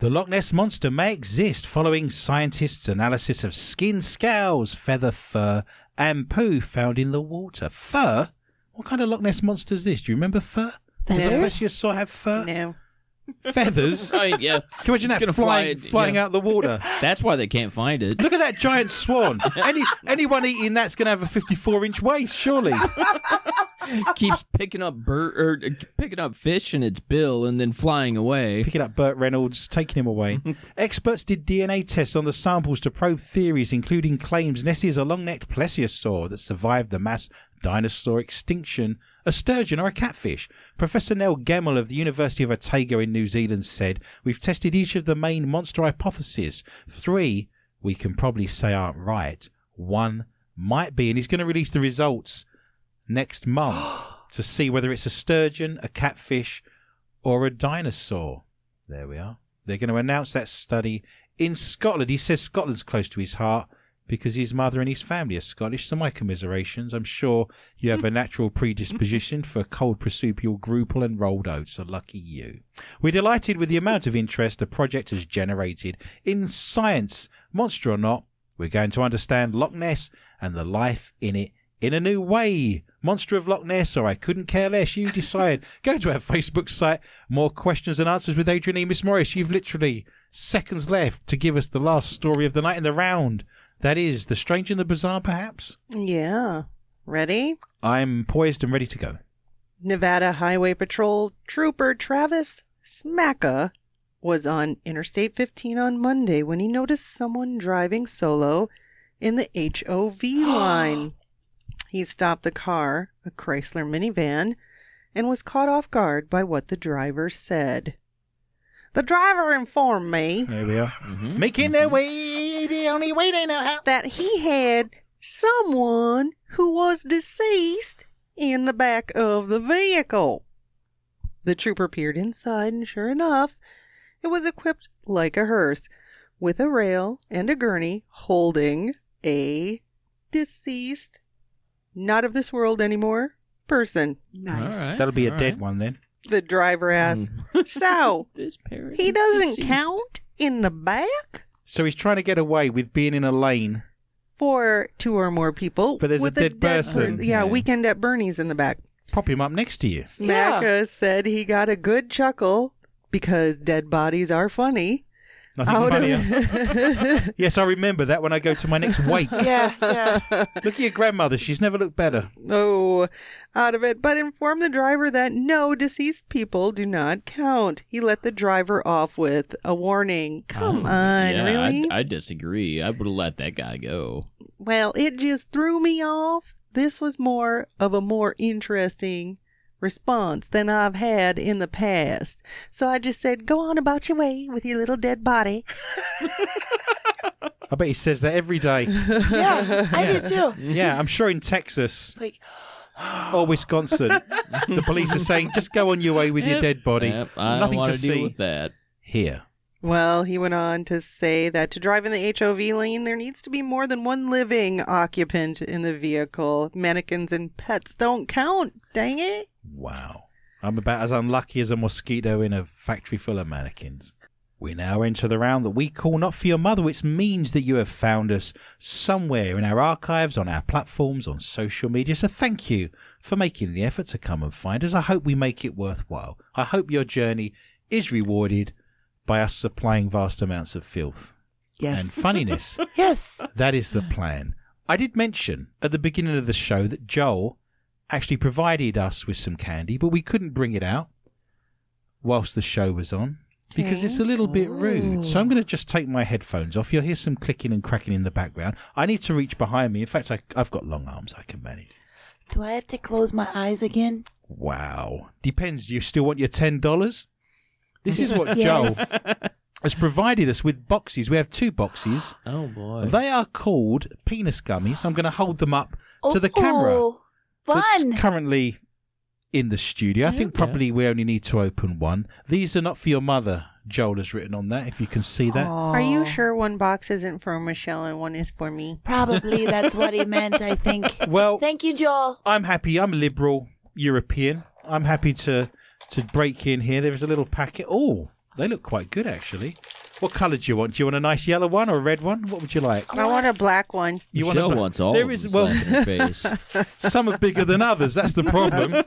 Speaker 1: The Loch Ness monster may exist following scientists' analysis of skin, scales, feather, fur, and poo found in the water. Fur? What kind of Loch Ness monster is this? Do you remember fur? Does
Speaker 3: Feathers?
Speaker 1: the rest of your saw have fur?
Speaker 2: No.
Speaker 1: *laughs* Feathers? Can
Speaker 4: Right, *laughs* yeah.
Speaker 1: you imagine
Speaker 4: It's
Speaker 1: that
Speaker 4: gonna
Speaker 1: flying,
Speaker 4: fly,
Speaker 1: flying
Speaker 4: yeah.
Speaker 1: out the water?
Speaker 4: That's why they can't find it.
Speaker 1: Look at that giant
Speaker 4: *laughs*
Speaker 1: swan. Any anyone eating that's going to have a 54 inch waist, surely.
Speaker 4: *laughs* Keeps picking up bird or uh, picking up fish in its bill and then flying away.
Speaker 1: picking up Burt Reynolds, taking him away. Experts did DNA tests on the samples to probe theories, including claims Nessie is a long necked plesiosaur that survived the mass dinosaur extinction a sturgeon, or a catfish. Professor Nell Gemmell of the University of Otago in New Zealand said, We've tested each of the main monster hypotheses. Three, we can probably say aren't right. One might be, and he's going to release the results next month to see whether it's a sturgeon, a catfish, or a dinosaur. There we are. They're going to announce that study in Scotland. He says Scotland's close to his heart because his mother and his family are Scottish. So my commiserations. I'm sure you have a natural predisposition for cold marsupial grouple and rolled oats. So lucky you. We're delighted with the amount of interest the project has generated in science. Monster or not, we're going to understand Loch Ness and the life in it in a new way. Monster of Loch Ness, or I couldn't care less. You decide. Go to our Facebook site. More questions and answers with Adrian E. Miss Morris. You've literally seconds left to give us the last story of the night in the round. That is The Strange and the Bizarre, perhaps?
Speaker 2: Yeah. Ready?
Speaker 1: I'm poised and ready to go.
Speaker 2: Nevada Highway Patrol Trooper Travis Smacka was on Interstate 15 on Monday when he noticed someone driving solo in the HOV line. He stopped the car, a Chrysler minivan, and was caught off guard by what the driver said. The driver informed me
Speaker 1: There we are.
Speaker 4: Mhm.
Speaker 1: Making their way, the only way they know how.
Speaker 2: that he had someone who was deceased in the back of the vehicle. The trooper peered inside, and sure enough, it was equipped like a hearse with a rail and a gurney holding a deceased, not of this world anymore, person.
Speaker 4: All
Speaker 3: Nice.
Speaker 4: right,
Speaker 1: That'll be a
Speaker 4: all
Speaker 1: dead
Speaker 4: right. Mm-hmm.
Speaker 1: one then.
Speaker 2: The driver asked, So,
Speaker 4: This parrot
Speaker 2: he
Speaker 4: is
Speaker 2: doesn't
Speaker 4: deceased.
Speaker 2: count in the back?
Speaker 1: So he's trying to get away with being in a lane.
Speaker 2: For two or more people
Speaker 1: But there's a
Speaker 2: with
Speaker 1: dead person.
Speaker 2: Yeah,
Speaker 4: Okay.
Speaker 2: weekend at Bernie's in the back.
Speaker 1: Pop him up next to you.
Speaker 2: Smacka said he got a good chuckle because dead bodies are funny.
Speaker 1: Nothing
Speaker 2: Out
Speaker 1: funnier.
Speaker 2: *laughs* of-
Speaker 1: *laughs* Yes, I remember that when I go to my next wake. Look
Speaker 3: Yeah, yeah.
Speaker 4: *laughs*
Speaker 1: at your grandmother. She's never looked better.
Speaker 2: oh, out of it, but informed the driver that no deceased people do not count. He let the driver off with a warning. Come
Speaker 4: Oh,
Speaker 2: on,
Speaker 4: yeah,
Speaker 2: really?
Speaker 4: I, I disagree. I would have let that guy go.
Speaker 2: Well, it just threw me off. This was more of a more interesting response than I've had in the past. So I just said, go on about your way with your little dead body.
Speaker 1: I bet he says that every *laughs* day.
Speaker 3: *laughs* Yeah, I
Speaker 2: *laughs*
Speaker 3: do too.
Speaker 1: Yeah, I'm sure in Texas
Speaker 3: It's like,
Speaker 1: or Oh, Wisconsin, the police are saying, just go on your way with your
Speaker 4: Yep,
Speaker 1: dead body.
Speaker 4: Yep, I
Speaker 1: Nothing
Speaker 4: don't want
Speaker 1: to
Speaker 4: to deal
Speaker 1: see.
Speaker 4: with that.
Speaker 1: Here.
Speaker 2: Well, he went on to say that to drive in the HOV lane, there needs to be more than one living occupant in the vehicle. Mannequins and pets don't count, dang it.
Speaker 1: Wow. I'm about as unlucky as a mosquito in a factory full of mannequins. We now enter the round that we call Not For Your Mother, which means that you have found us somewhere in our archives, on our platforms, on social media. So thank you for making the effort to come and find us. I hope we make it worthwhile. I hope your journey is rewarded by us supplying vast amounts of filth
Speaker 3: yes.
Speaker 1: and funniness.
Speaker 3: Yes.
Speaker 1: That is the plan. I did mention at the beginning of the show that Joel actually provided us with some candy, but we couldn't bring it out whilst the show was on because it's a little bit rude. So I'm going to just take my headphones off. You'll hear some clicking and cracking in the background. I need to reach behind me. In fact, I, I've got long arms. I can manage.
Speaker 3: Do I have to close my eyes again?
Speaker 1: Wow. Depends. Do you still want your $10? This is what
Speaker 3: *laughs* Yes.
Speaker 1: Joel has provided us with boxes. We have two boxes.
Speaker 4: Oh boy.
Speaker 1: They are called penis gummies. I'm going to hold them up to the camera
Speaker 3: Oh,
Speaker 1: *laughs*
Speaker 3: fun.
Speaker 1: that's currently in the studio. I
Speaker 4: Yeah.
Speaker 1: think probably we only need to open one. These are not for your mother. Joel has written on that. If you can see that,
Speaker 2: Are you
Speaker 3: Aw.
Speaker 2: sure one box isn't for Michelle and one is for me?
Speaker 3: Probably that's what he meant,
Speaker 1: *laughs*
Speaker 3: I think.
Speaker 1: well,
Speaker 3: Thank you, Joel.
Speaker 1: I'm happy. I'm a liberal European. I'm happy to to break in here. There is a little packet. Oh, they look quite good actually. What colour do you want? Do you want a nice yellow one or a red one? What would you like?
Speaker 2: I want a black one.
Speaker 1: You
Speaker 4: Michelle
Speaker 1: want a,
Speaker 4: wants all
Speaker 1: There
Speaker 4: of
Speaker 1: is-
Speaker 4: them
Speaker 1: well- *laughs*
Speaker 4: slapped in her face.
Speaker 1: Some are bigger than others. That's the
Speaker 4: *laughs*
Speaker 1: problem.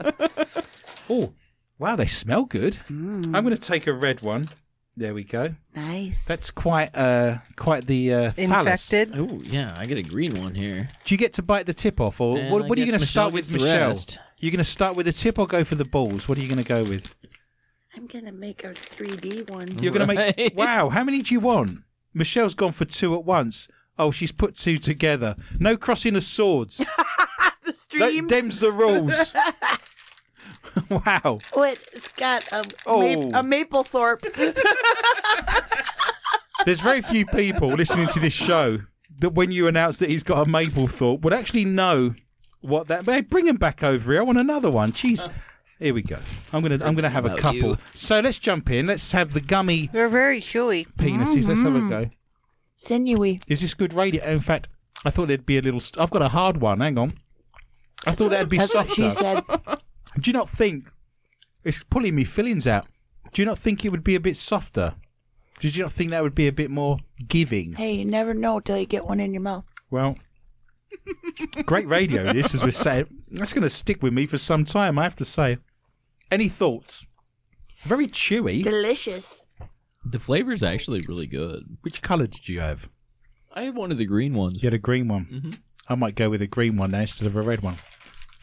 Speaker 1: oh, wow, they smell good. I'm going to take a red one. There we go.
Speaker 3: Nice.
Speaker 1: That's quite uh quite the uh, phallus.
Speaker 2: Infected.
Speaker 4: Oh yeah, I get a green one here.
Speaker 1: Do you get to bite the tip off, or
Speaker 4: And
Speaker 1: what,
Speaker 4: I
Speaker 1: what are you
Speaker 4: guess
Speaker 1: going to
Speaker 4: Michelle
Speaker 1: start with,
Speaker 4: gets the
Speaker 1: Michelle?
Speaker 4: rest.
Speaker 1: You're going to start with the tip or go for the balls? What are you going to go with?
Speaker 3: I'm gonna make a 3D one.
Speaker 1: You're going to make
Speaker 4: Right. *laughs*
Speaker 1: wow. How many do you want? Michelle's gone for two at once. Oh, she's put two together. No crossing of swords.
Speaker 3: *laughs* the
Speaker 1: That,
Speaker 4: *laughs*
Speaker 3: stream. *laughs*
Speaker 1: them's the rules. wow.
Speaker 3: Wait, Oh, it's got a,
Speaker 1: Oh.
Speaker 3: ma- a Maplethorpe.
Speaker 1: There's very few people listening to this show that when you announce that he's got a Maplethorpe would actually know what that. Hey, bring him back over here. I want another one. Jeez. Here we go. I'm gonna I'm gonna have a
Speaker 4: About
Speaker 1: couple.
Speaker 4: you.
Speaker 1: So let's jump in. Let's have the gummy
Speaker 2: They're very chewy.
Speaker 1: penises. Let's have a
Speaker 3: Mm-hmm.
Speaker 1: go.
Speaker 3: *laughs* Sinewy.
Speaker 1: Is this good radio? In fact, I thought there'd be a little. St- I've got a hard one. Hang on. I thought that'd be
Speaker 3: That's what she
Speaker 1: softer. *laughs*
Speaker 3: said.
Speaker 1: Do you not think it's pulling me fillings out? Do you not think it would be a bit softer? Did you not think that would be a bit more giving?
Speaker 3: Hey, you never know till you get one in your mouth.
Speaker 1: Well, great radio. This as we say, that's going to stick with me for some time. I have to say. Any thoughts? Very chewy.
Speaker 3: Delicious.
Speaker 4: The flavor's actually really good.
Speaker 1: Which colour did you have?
Speaker 4: I had one of the green
Speaker 1: *laughs*
Speaker 4: ones.
Speaker 1: You had a green one.
Speaker 4: Mm-hmm.
Speaker 1: I might go with a green one now instead of a red one.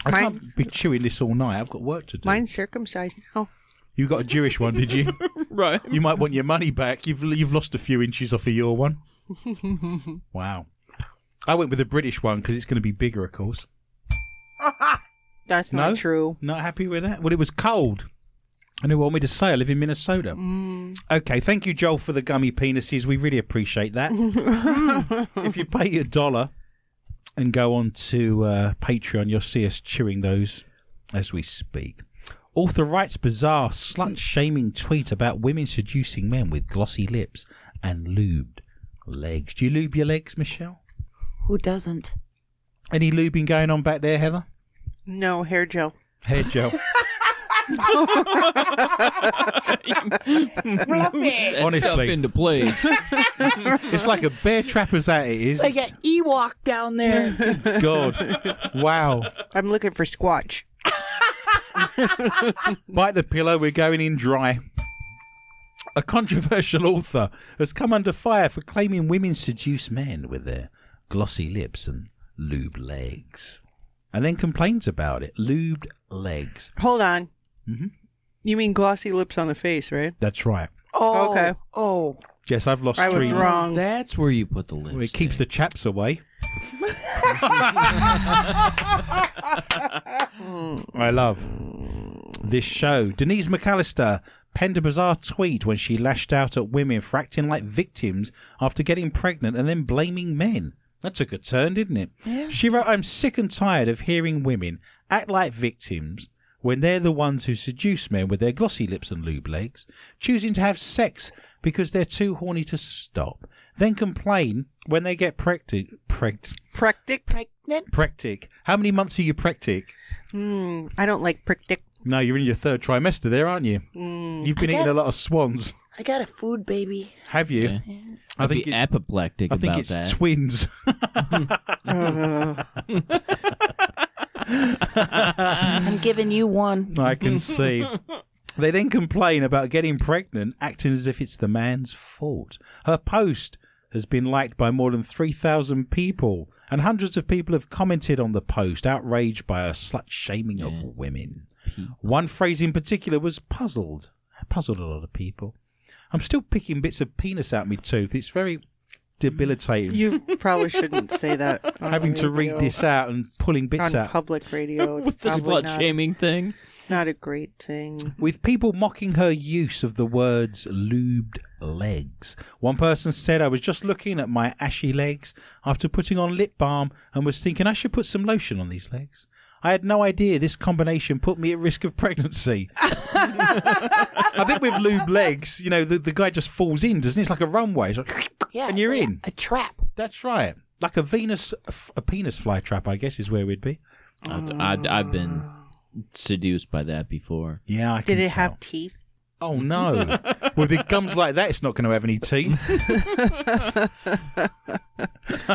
Speaker 1: I
Speaker 2: Mine's-
Speaker 1: can't be chewing this all night. I've got work to do.
Speaker 2: Mine's circumcised *laughs* now.
Speaker 1: You got a Jewish one, did you?
Speaker 4: *laughs* Right.
Speaker 1: You might want your money back. You've you've lost a few inches off of your one. Wow. I went with a British one because it's going to be bigger, of course.
Speaker 2: That's
Speaker 1: No?
Speaker 2: not true.
Speaker 1: Not happy with that. Well, it was cold. And who want me to say I live in Minnesota?
Speaker 2: Mm. *laughs*
Speaker 1: Okay, thank you, Joel, for the gummy penises. We really appreciate
Speaker 2: *laughs*
Speaker 1: that. if you pay a dollar and go on to uh, Patreon, you'll see us chewing those as we speak. Author writes bizarre, slut shaming tweet about women seducing men with glossy lips and lubed legs. Do you lube your legs, Michelle?
Speaker 3: Who doesn't?
Speaker 1: Any lubing going on back there, Heather?
Speaker 2: no, hair gel.
Speaker 1: Hair gel.
Speaker 4: That stuff
Speaker 1: Honestly.
Speaker 4: into place.
Speaker 1: it's like a bear trapper's at it
Speaker 3: *laughs*
Speaker 1: is.
Speaker 3: Like an Ewok down there.
Speaker 1: *laughs* God. Wow.
Speaker 2: I'm looking for squatch.
Speaker 1: Bite the pillow, we're going in dry. A controversial author has come under fire for claiming women seduce men with their glossy lips and lubed legs. And then complains about it. Lubed legs.
Speaker 2: Hold on.
Speaker 1: Mhm.
Speaker 2: You mean glossy lips on the face, right?
Speaker 1: That's right.
Speaker 3: Oh,
Speaker 2: Okay.
Speaker 3: Oh,
Speaker 1: Jess, I've lost
Speaker 2: I was
Speaker 1: three.
Speaker 2: *laughs* wrong.
Speaker 4: That's where you put the
Speaker 1: Well,
Speaker 4: lipstick.
Speaker 1: it keeps the chaps away.
Speaker 2: Mm.
Speaker 1: I love this show. Denise McAllister penned a bizarre tweet when she lashed out at women for acting like victims after getting pregnant and then blaming men. That took a turn, didn't it?
Speaker 3: Yeah.
Speaker 1: She wrote, I'm sick and tired of hearing women act like victims when they're the ones who seduce men with their glossy lips and lube legs, choosing to have sex because they're too horny to stop, then complain when they get precti- prect-
Speaker 2: Practic?
Speaker 3: pregnant.
Speaker 1: prectic. How many months are you prectic?
Speaker 2: Mm, I don't like practic.
Speaker 1: No, you're in your third trimester there, aren't you?
Speaker 2: Mm.
Speaker 1: You've been
Speaker 3: I
Speaker 1: eating
Speaker 3: got-
Speaker 1: a lot of swans,
Speaker 3: I got a food
Speaker 1: *laughs*
Speaker 3: baby.
Speaker 1: have you?
Speaker 4: Yeah. I'd be
Speaker 1: it's,
Speaker 4: apoplectic
Speaker 1: I think
Speaker 4: about
Speaker 1: it's
Speaker 4: that.
Speaker 1: twins.
Speaker 2: Ugh.
Speaker 3: I'm giving you one.
Speaker 1: I can see. They then complain about getting pregnant, acting as if it's the man's fault. Her post has been liked by more than 3,000 people, and hundreds of people have commented on the post, outraged by her slut shaming of
Speaker 4: Yeah.
Speaker 1: women. One phrase in particular was puzzled. Puzzled a lot of people. I'm still picking bits of penis out my tooth. It's very debilitating.
Speaker 2: you probably shouldn't say that. on
Speaker 1: having to read
Speaker 2: radio.
Speaker 1: this out and pulling bits
Speaker 2: on
Speaker 1: out.
Speaker 2: public *laughs* radio.
Speaker 4: *laughs*
Speaker 2: It's
Speaker 4: With the
Speaker 2: probably
Speaker 4: slut
Speaker 2: not,
Speaker 4: shaming thing.
Speaker 2: not a great thing.
Speaker 1: with people mocking her use of the words lubed legs. One person said, I was just looking at my ashy legs after putting on lip balm and was thinking I should put some lotion on these legs. I had no idea this combination put me at risk of pregnancy. *laughs* I think with lube legs, you know, the, the guy just falls in, doesn't he? It's like a runway. It's like,
Speaker 3: Yeah.
Speaker 1: And you're
Speaker 3: yeah,
Speaker 1: in.
Speaker 3: A trap.
Speaker 1: that's right. Like a Venus, a penis flytrap, I guess, is where we'd be.
Speaker 4: I'd, I'd, I've been seduced by that before.
Speaker 1: Yeah, I can
Speaker 2: Did it have
Speaker 1: tell.
Speaker 2: *laughs* teeth?
Speaker 1: Oh
Speaker 2: *laughs*
Speaker 1: no! With big gums like that, it's not going to have any teeth.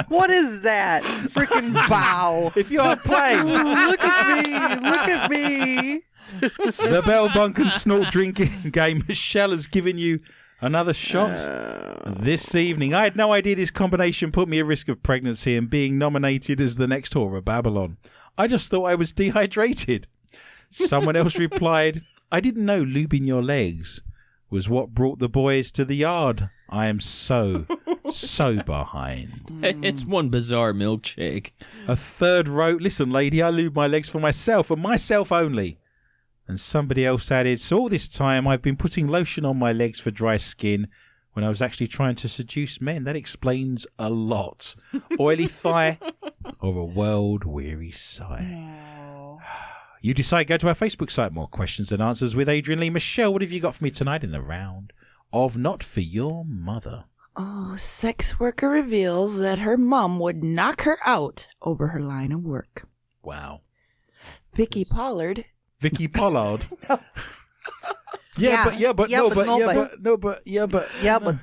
Speaker 2: What is that? Freaking
Speaker 1: *laughs*
Speaker 2: bow.
Speaker 1: If you are
Speaker 2: Ooh,
Speaker 1: playing
Speaker 2: look at me. Look at me.
Speaker 1: the Bell Bunk and Snort Drinking *laughs* game, Michelle has given you another shot
Speaker 2: Uh,
Speaker 1: this evening. I had no idea this combination put me at risk of pregnancy and being nominated as the next whore of Babylon. I just thought I was dehydrated. Someone else replied, I didn't know lubing your legs was what brought the boys to the yard. I am so, so behind.
Speaker 4: *laughs* It's one bizarre milkshake.
Speaker 1: A third wrote, Listen, lady, I lube my legs for myself and myself only. And somebody else added, So all this time I've been putting lotion on my legs for dry skin when I was actually trying to seduce men. That explains a lot. Oily thigh or a world weary sigh. You decide, go to our Facebook site. More questions and answers with Adrian Lee. Michelle, what have you got for me tonight in the round of Not For Your Mother?
Speaker 3: Oh, sex worker reveals that her mum would knock her out over her line of work.
Speaker 1: Wow.
Speaker 3: Vicky Pollard.
Speaker 1: Vicky
Speaker 2: *laughs*
Speaker 1: Pollard. yeah,
Speaker 2: Yeah.
Speaker 1: but yeah, but
Speaker 2: Yeah,
Speaker 1: no,
Speaker 2: but
Speaker 1: but,
Speaker 2: no,
Speaker 1: yeah,
Speaker 2: but-
Speaker 1: but, no, but yeah, but
Speaker 2: Yeah,
Speaker 1: no.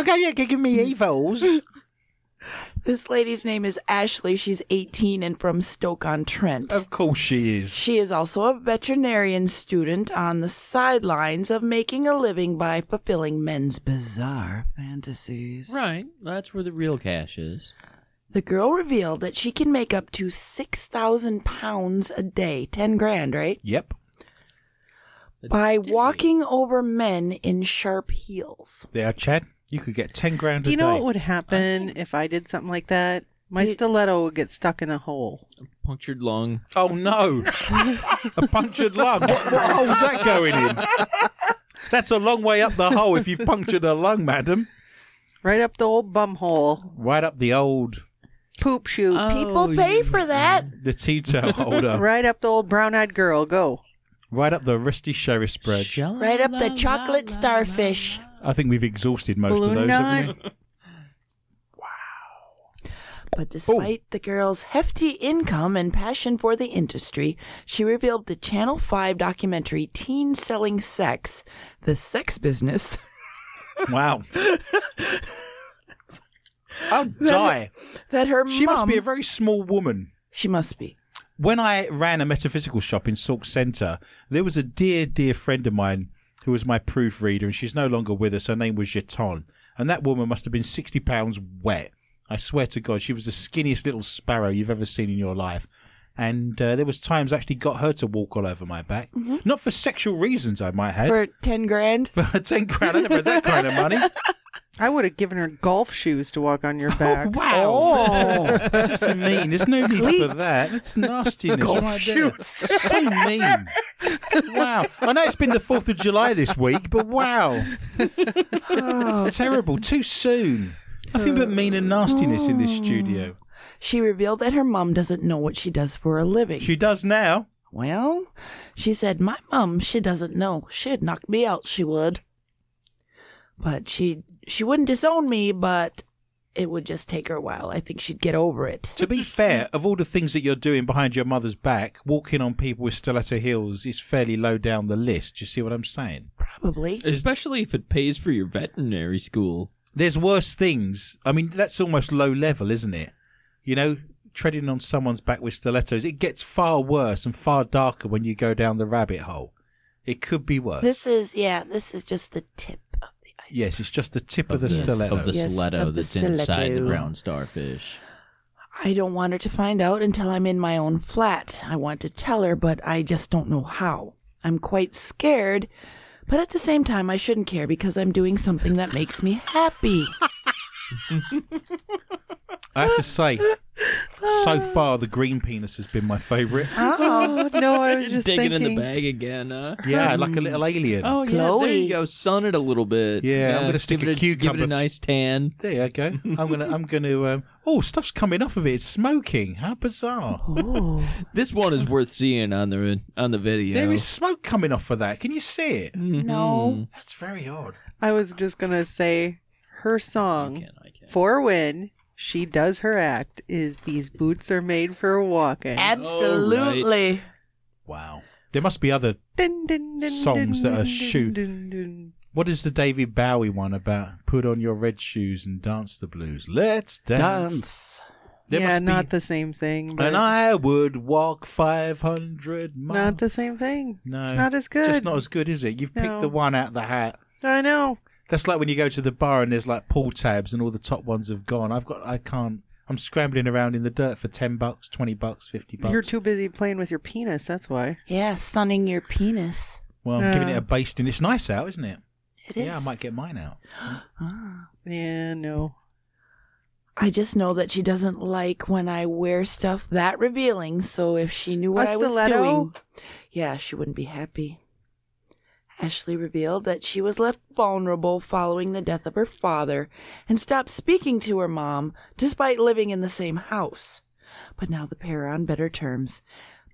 Speaker 1: okay, yeah, give
Speaker 2: *laughs*
Speaker 1: me evils.
Speaker 3: This lady's name is Ashley. She's 18 and from Stoke on Trent.
Speaker 1: of course she is.
Speaker 3: She is also a veterinarian student on the sidelines of making a living by fulfilling men's bizarre fantasies.
Speaker 4: Right. That's where the real cash is.
Speaker 3: The girl revealed that she can make up to 6,000 pounds a day, 10 grand, right?
Speaker 1: Yep,
Speaker 3: By walking over men in sharp heels.
Speaker 1: there, Chad. You could get ten grand a
Speaker 2: Do you know
Speaker 1: day.
Speaker 2: what would happen if I did something like that? My
Speaker 3: You-
Speaker 2: stiletto would get stuck in a hole.
Speaker 4: Punctured lung.
Speaker 1: Oh
Speaker 2: *laughs*
Speaker 1: no, a punctured lung. What, what hole's that going in? That's a long way up the hole if you've punctured a lung, madam.
Speaker 2: Right up the old bum hole.
Speaker 1: Right up the old,
Speaker 2: Poop shoot.
Speaker 3: People pay for that.
Speaker 1: the
Speaker 2: *laughs*
Speaker 1: teeter holder.
Speaker 2: Right up the old brown eyed girl. Go.
Speaker 1: Right up the rusty sherry spread.
Speaker 3: Right up the chocolate starfish.
Speaker 1: I think we've exhausted most
Speaker 2: Balloon
Speaker 1: of those. haven't
Speaker 2: knot.
Speaker 1: we?
Speaker 3: But despite the girl's hefty income and passion for the industry, she revealed the Channel 5 documentary Teen Selling Sex, The Sex Business,
Speaker 1: Wow. I'll die.
Speaker 3: *laughs* that her
Speaker 1: She
Speaker 3: mom,
Speaker 1: must be a very small woman.
Speaker 3: she must be.
Speaker 1: When I ran a metaphysical shop in Sauk Centre, there was a dear, dear friend of mine who was my proofreader, and she's no longer with us. Her name was Jeton, and that woman must have been 60 pounds wet. I swear to God, she was the skinniest little sparrow you've ever seen in your life. And uh, there was times I actually got her to walk all over my back, not for sexual reasons I might have,
Speaker 3: For 10 grand?
Speaker 1: *laughs* but Mm-hmm. for ten grand, I never had that kind of money.
Speaker 2: I would have given her golf shoes to walk on your back.
Speaker 1: Oh, wow. *laughs* That's just mean. There's no need for that. That's nastiness right there. So mean. Wow. I know it's been the 4th of July this week, but wow.
Speaker 3: Oh.
Speaker 1: It's terrible. Too soon. Nothing but mean and nastiness in this studio.
Speaker 3: *laughs* She revealed that her mom doesn't know what she does for a living.
Speaker 1: She does now.
Speaker 3: Well, she said, My mum, she doesn't know. She'd knock me out, she would. But she she wouldn't disown me, but it would just take her a while. I think she'd get over it.
Speaker 1: To be fair, of all the things that you're doing behind your mother's back, walking on people with stiletto heels is fairly low down the list. Do you see what I'm saying?
Speaker 3: Probably.
Speaker 4: Especially if it pays for your veterinary school.
Speaker 1: there's worse things. I mean, that's almost low level, isn't it? You know, treading on someone's back with stilettos. It gets far worse and far darker when you go down the rabbit hole. It could be worse.
Speaker 3: This is yeah, this is just the tip of the iceberg.
Speaker 1: yes, it's just the tip of the,
Speaker 4: the,
Speaker 1: stiletto.
Speaker 4: Of the
Speaker 3: Yes,
Speaker 4: stiletto
Speaker 3: of the
Speaker 4: that's inside the
Speaker 3: stiletto.
Speaker 4: brown starfish.
Speaker 3: I don't want her to find out until I'm in my own flat. I want to tell her, but I just don't know how. I'm quite scared, but at the same time, I shouldn't care because I'm doing something that makes me *laughs* happy.
Speaker 1: I have to say, so far the green penis has been my favourite.
Speaker 2: Oh, no,
Speaker 4: *laughs*
Speaker 2: I was just
Speaker 4: Digging
Speaker 2: thinking.
Speaker 4: in the bag again, huh?
Speaker 1: Yeah, like a little alien.
Speaker 4: Oh yeah, there
Speaker 3: Chloe.
Speaker 4: you go. Sun it a little bit.
Speaker 1: Yeah, I'm gonna stick
Speaker 4: give
Speaker 1: a
Speaker 4: it Give
Speaker 1: cucumber-
Speaker 4: it a nice tan.
Speaker 1: There you go. I'm gonna, I'm gonna. Um, oh, stuff's coming off of it. It's smoking. How bizarre!
Speaker 3: Oh,
Speaker 4: This one is worth seeing on the on the video. Mm-hmm.
Speaker 1: There is smoke coming off of that. Can you see it?
Speaker 3: no.
Speaker 1: That's very odd.
Speaker 2: I was just going to say her
Speaker 4: I
Speaker 2: song,
Speaker 4: can, I can.
Speaker 2: For When She Does Her Act, is These Boots Are Made for Walking.
Speaker 3: Absolutely.
Speaker 1: Wow. There must be other
Speaker 2: Dun, dun, dun,
Speaker 1: Songs
Speaker 2: dun,
Speaker 1: that are
Speaker 2: dun,
Speaker 1: shoot.
Speaker 2: dun, dun.
Speaker 1: What is the David Bowie one about? Put on your red shoes and dance the blues. Let's dance. There
Speaker 2: Yeah,
Speaker 1: must be-
Speaker 2: not the same thing. But
Speaker 1: And I would walk 500 miles.
Speaker 2: Not the same thing.
Speaker 1: No.
Speaker 2: It's not as good.
Speaker 1: Just not as good, is it? You've
Speaker 2: No.
Speaker 1: picked the one out of the hat.
Speaker 2: I know.
Speaker 1: That's like when you go to the bar and there's like pool tabs and all the top ones have gone. I've got, I can't. I'm scrambling around in the dirt for 10 bucks, 20 bucks, 50 bucks.
Speaker 2: You're too busy playing with your penis, that's why.
Speaker 3: Yeah, sunning your penis.
Speaker 1: well, I'm
Speaker 2: Yeah.
Speaker 1: giving it a basting. It's nice out, isn't it?
Speaker 3: It is.
Speaker 1: Yeah, I might get mine out.
Speaker 3: Ah.
Speaker 2: Yeah, no.
Speaker 3: I just know that she doesn't like when I wear stuff that revealing. So if she knew what
Speaker 2: A
Speaker 3: I was
Speaker 2: stiletto?
Speaker 3: doing, Yeah, she wouldn't be happy. Ashley revealed that she was left vulnerable following the death of her father and stopped speaking to her mom despite living in the same house. But now the pair are on better terms.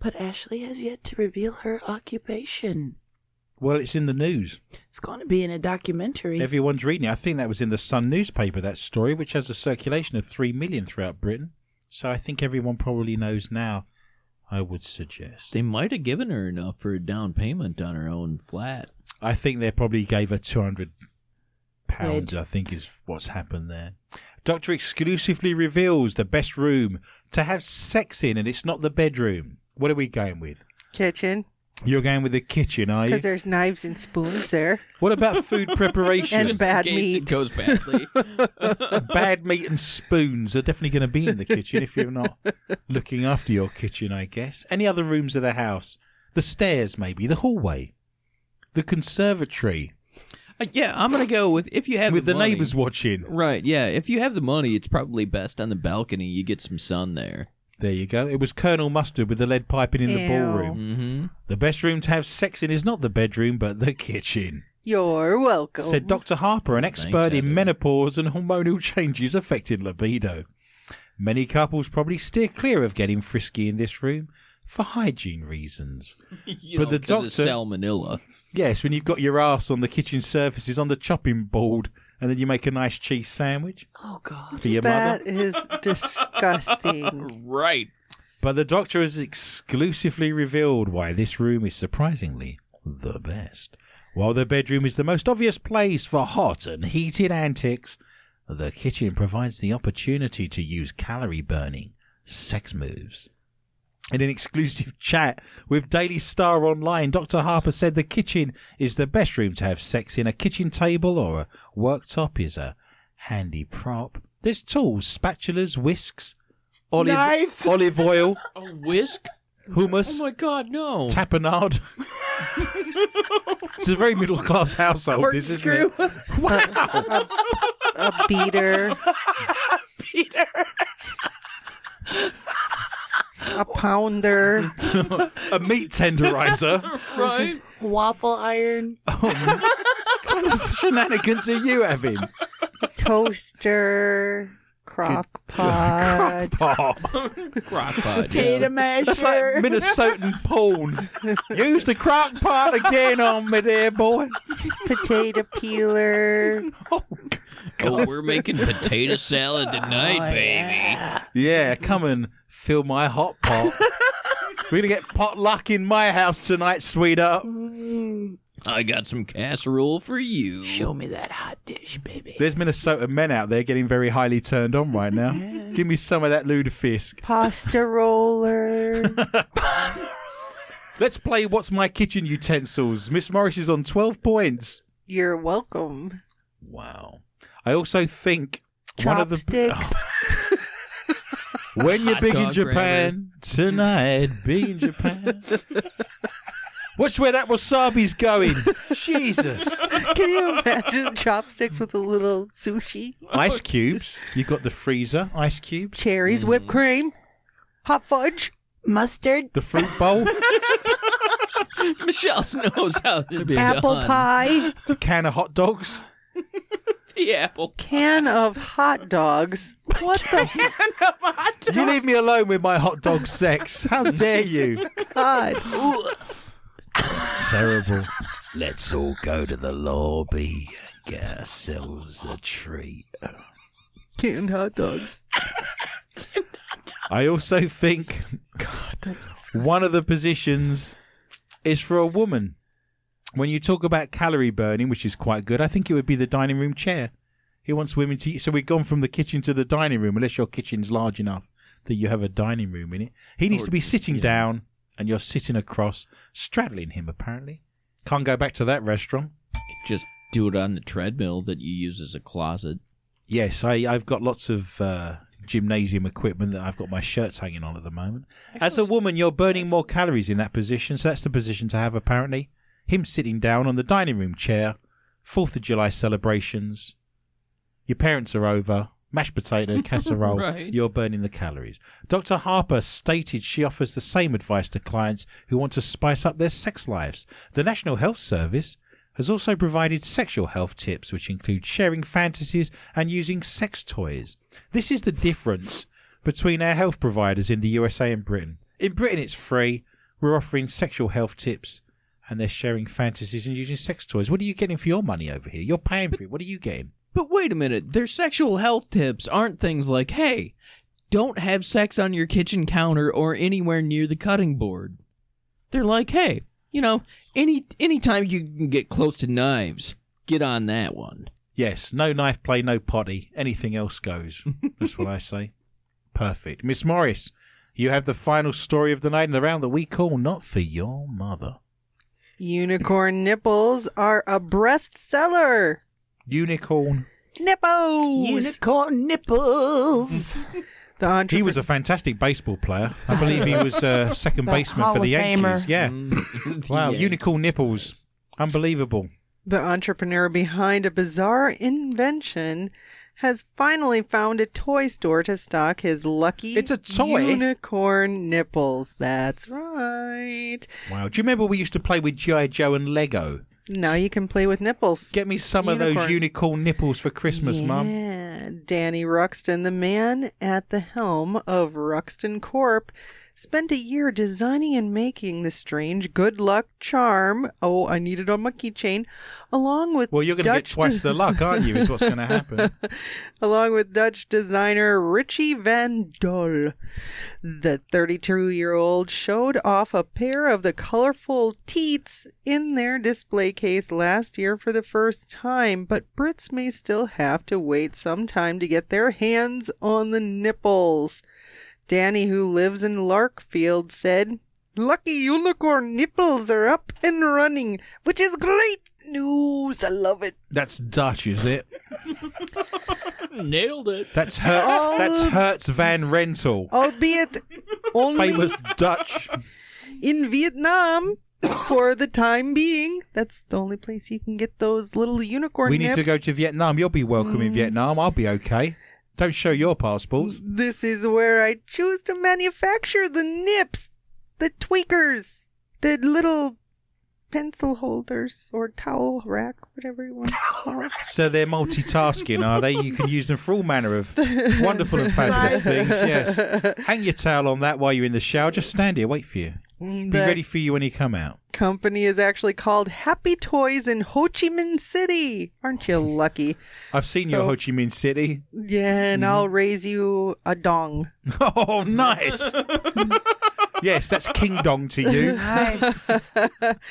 Speaker 3: But Ashley has yet to reveal her occupation.
Speaker 1: Well, it's in the news.
Speaker 3: It's going to be in a documentary.
Speaker 1: Everyone's reading it. I think that was in the Sun newspaper, that story, which has a circulation of 3 million throughout Britain. So I think everyone probably knows now, I would suggest.
Speaker 4: They might have given her enough for a down payment on her own flat.
Speaker 1: I think they probably gave her 200 pounds,
Speaker 3: Quid.
Speaker 1: I think is what's happened there. Doctor exclusively reveals the best room to have sex in, and it's not the bedroom. What are we going with?
Speaker 2: Kitchen,
Speaker 1: You're going with the kitchen, are you?
Speaker 2: because there's knives and spoons there.
Speaker 1: What about
Speaker 2: *laughs*
Speaker 1: food preparation?
Speaker 2: And bad
Speaker 4: In case It
Speaker 2: meat.
Speaker 4: goes
Speaker 2: *laughs*
Speaker 4: badly.
Speaker 1: *laughs* bad meat and spoons are definitely going to be in the kitchen if you're not looking after your kitchen, I guess. Any other rooms of the house? The stairs, maybe. The hallway. The conservatory.
Speaker 4: Uh, yeah, I'm gonna go with if you have
Speaker 1: with the,
Speaker 4: money-
Speaker 1: neighbours watching.
Speaker 4: Right, yeah. If you have the money, it's probably best on the balcony. You get some sun there.
Speaker 1: There you go. It was Colonel Mustard with the lead piping in the
Speaker 2: Ew.
Speaker 1: ballroom.
Speaker 4: Mm-hmm.
Speaker 1: The best room to have sex in is not the bedroom, but the kitchen,
Speaker 2: You're welcome.
Speaker 1: said Dr. Harper, an expert in
Speaker 4: Heather.
Speaker 1: menopause and hormonal *laughs* changes affecting libido. Many couples probably steer clear of getting frisky in this room for hygiene reasons. But the
Speaker 4: it's
Speaker 1: doctor-
Speaker 4: salmonella.
Speaker 1: Yes, when you've got your ass on the kitchen surfaces on the chopping board, and then you make a nice cheese sandwich
Speaker 3: oh, God.
Speaker 1: for your
Speaker 2: That
Speaker 1: mother.
Speaker 2: is disgusting.
Speaker 4: Right.
Speaker 1: But the doctor has exclusively revealed why this room is surprisingly the best. While the bedroom is the most obvious place for hot and heated antics, the kitchen provides the opportunity to use calorie burning sex moves. In an exclusive *laughs* chat with Daily Star Online, Dr. Harper said the kitchen is the best room to have sex in. A kitchen table or a worktop is a handy prop. There's tools, spatulas, whisks, olive,
Speaker 3: Nice.
Speaker 1: olive oil,
Speaker 4: A whisk? Oh
Speaker 1: hummus,
Speaker 4: my
Speaker 1: *laughs*
Speaker 4: god, no.
Speaker 1: tapenade. it's a very middle class household, this, isn't it? Wow!
Speaker 2: a, a
Speaker 1: *laughs*
Speaker 2: beater,
Speaker 3: Peter.
Speaker 2: a pounder.
Speaker 1: a meat tenderizer.
Speaker 4: right?
Speaker 3: Waffle iron.
Speaker 1: Oh, what kind of shenanigans are you having?
Speaker 2: toaster,
Speaker 1: *laughs*
Speaker 2: crock pot.
Speaker 1: Oh,
Speaker 4: Crockpot.
Speaker 2: *laughs*
Speaker 3: Potato
Speaker 4: yeah.
Speaker 3: masher.
Speaker 1: that's like Minnesotan porn. Use the crock pot again on me there, boy.
Speaker 2: potato peeler.
Speaker 1: Oh,
Speaker 4: Oh, we're making potato salad tonight,
Speaker 2: Oh,
Speaker 4: baby.
Speaker 1: yeah, come and fill my hot pot. We're going to get potluck in my house tonight, sweetheart.
Speaker 3: Mm,
Speaker 4: I got some casserole for you.
Speaker 3: show me that hot dish, baby.
Speaker 1: There's Minnesota men out there getting very highly turned on right now. Give me some of that lutefisk.
Speaker 2: Pasta
Speaker 1: *laughs*
Speaker 2: roller.
Speaker 1: Let's play What's My Kitchen Utensils. Miss Morris is on 12 points.
Speaker 2: You're welcome.
Speaker 1: Wow. I also think one of the
Speaker 2: Chopsticks.
Speaker 1: *laughs* when *laughs* you're
Speaker 4: Hot
Speaker 1: big in
Speaker 4: dog
Speaker 1: Japan tonight, big in *laughs* Japan. Watch where that wasabi's going. *laughs* Jesus.
Speaker 2: Can you imagine chopsticks with a little sushi?
Speaker 1: Ice cubes. You got the freezer ice cubes.
Speaker 2: Cherries,
Speaker 1: Mm.
Speaker 2: whipped cream, hot fudge.
Speaker 3: Mustard.
Speaker 1: The fruit *laughs* bowl,
Speaker 4: *laughs* Michelle knows how to be
Speaker 2: Apple
Speaker 4: done.
Speaker 2: pie,
Speaker 1: *laughs* a can of hot dogs.
Speaker 4: The apple.
Speaker 2: can of hot dogs. What
Speaker 1: *laughs*
Speaker 2: the
Speaker 1: You leave me alone with my hot dog sex. *laughs* How dare you?
Speaker 2: god?
Speaker 1: Terrible. Let's all go to the lobby and get ourselves a treat.
Speaker 2: Canned hot dogs.
Speaker 1: I also think
Speaker 2: God, that's disgusting.
Speaker 1: one of the positions is for a woman. When you talk about calorie burning, which is quite good, I think it would be the dining room chair. He wants women to eat. So we've gone from the kitchen to the dining room, unless your kitchen's large enough that you have a dining room in it. He needs
Speaker 4: Or-
Speaker 1: to be
Speaker 2: Oh,
Speaker 1: sitting
Speaker 4: yeah.
Speaker 1: down, and you're sitting across, straddling him, apparently. Can't go back to that restaurant.
Speaker 4: Just do it on the treadmill that you use as a closet.
Speaker 1: Yes, I, I've got lots of uh, gymnasium equipment that I've got my shirts hanging on at the moment. As a woman, you're burning more calories in that position, so that's the position to have, apparently. Him sitting down on the dining room chair, 4th of July celebrations, your parents are over, mashed potato, casserole,
Speaker 4: Right.
Speaker 1: you're burning the calories. Dr. Harper stated she offers the same advice to clients who want to spice up their sex lives. The National Health Service has also provided sexual health tips, which include sharing fantasies and using sex toys. This is the difference between our health providers in the USA and Britain. In Britain, it's free. We're offering sexual health tips and they're sharing fantasies and using sex toys. What are you getting for your money over here? You're paying for it. What are you getting?
Speaker 4: But wait a minute, their sexual health tips aren't things like, hey, don't have sex on your kitchen counter or anywhere near the cutting board. They're like, hey, you know, any anytime you can get close to knives, get on that one.
Speaker 1: Yes, no knife play, no potty. Anything else goes. That's what I say. Perfect. Miss Morris, you have the final story of the night in the round that we call Not for Your Mother.
Speaker 2: Unicorn nipples are a breast seller.
Speaker 1: Unicorn.
Speaker 2: Nipples.
Speaker 3: Unicorn nipples.
Speaker 1: He
Speaker 2: the entrepreneur.
Speaker 1: was a fantastic baseball player. I believe he was uh,
Speaker 3: *laughs*
Speaker 1: second
Speaker 3: That
Speaker 1: baseman for the
Speaker 3: Hall of
Speaker 1: Yankees.
Speaker 3: Famer.
Speaker 1: Yeah. *laughs*
Speaker 4: Mm.
Speaker 1: Wow,
Speaker 4: *laughs* Yeah.
Speaker 1: unicorn nipples. Unbelievable.
Speaker 2: The entrepreneur behind a bizarre invention has finally found a toy store to stock his lucky
Speaker 1: It's a toy?
Speaker 2: unicorn nipples. That's right.
Speaker 1: Wow. Do you remember we used to play with G.I. Joe and Lego?
Speaker 2: Now you can play with nipples.
Speaker 1: Get me some of those
Speaker 2: Unicorns.
Speaker 1: unicorn nipples for Christmas,
Speaker 2: yeah.
Speaker 1: Mum.
Speaker 2: Danny Ruxton, the man at the helm of Ruxton Corp, spent a year designing and making the strange good luck charm. Oh, I need it on my keychain. Along with
Speaker 1: Well, you're going to get
Speaker 2: Dutch
Speaker 1: twice the luck, aren't you? Is what's
Speaker 2: *laughs*
Speaker 1: going to happen.
Speaker 2: along with Dutch designer Richie van Dol. The 32 year old showed off a pair of the colorful teats in their display case last year for the first time, but Brits may still have to wait some time to get their hands on the nipples. Danny, who lives in Larkfield, said, Lucky unicorn nipples are up and running, which is great news. I love it.
Speaker 1: That's Dutch, is it?
Speaker 4: Nailed it.
Speaker 1: That's Hertz.
Speaker 2: Oh.
Speaker 1: That's Hertz Van Rental,
Speaker 2: Albeit only
Speaker 1: famous Dutch.
Speaker 2: in Vietnam for the time being. That's the only place you can get those little unicorn
Speaker 1: We need to
Speaker 2: nips. Mm.
Speaker 1: go to Vietnam. You'll be welcome in Vietnam. I'll be okay. Don't show your passports.
Speaker 2: This is where I choose to manufacture the nips, the tweakers, the little pencil holders or towel rack, whatever you want to call it.
Speaker 1: So they're multitasking, are they? You can use them for all manner of *laughs* wonderful and fabulous
Speaker 2: *laughs*
Speaker 1: things. Yes. Hang your towel on that while you're in the shower. Just stand here, wait for you. Be
Speaker 2: The
Speaker 1: ready for you when you come out.
Speaker 2: company is actually called Happy Toys in Ho Chi Minh City. Aren't you lucky?
Speaker 1: I've seen your
Speaker 2: So-
Speaker 1: Ho Chi Minh City.
Speaker 2: Yeah,
Speaker 1: Mm-hmm.
Speaker 2: and I'll raise you a dong.
Speaker 1: *laughs* Oh, nice. yes, that's King Dong to you.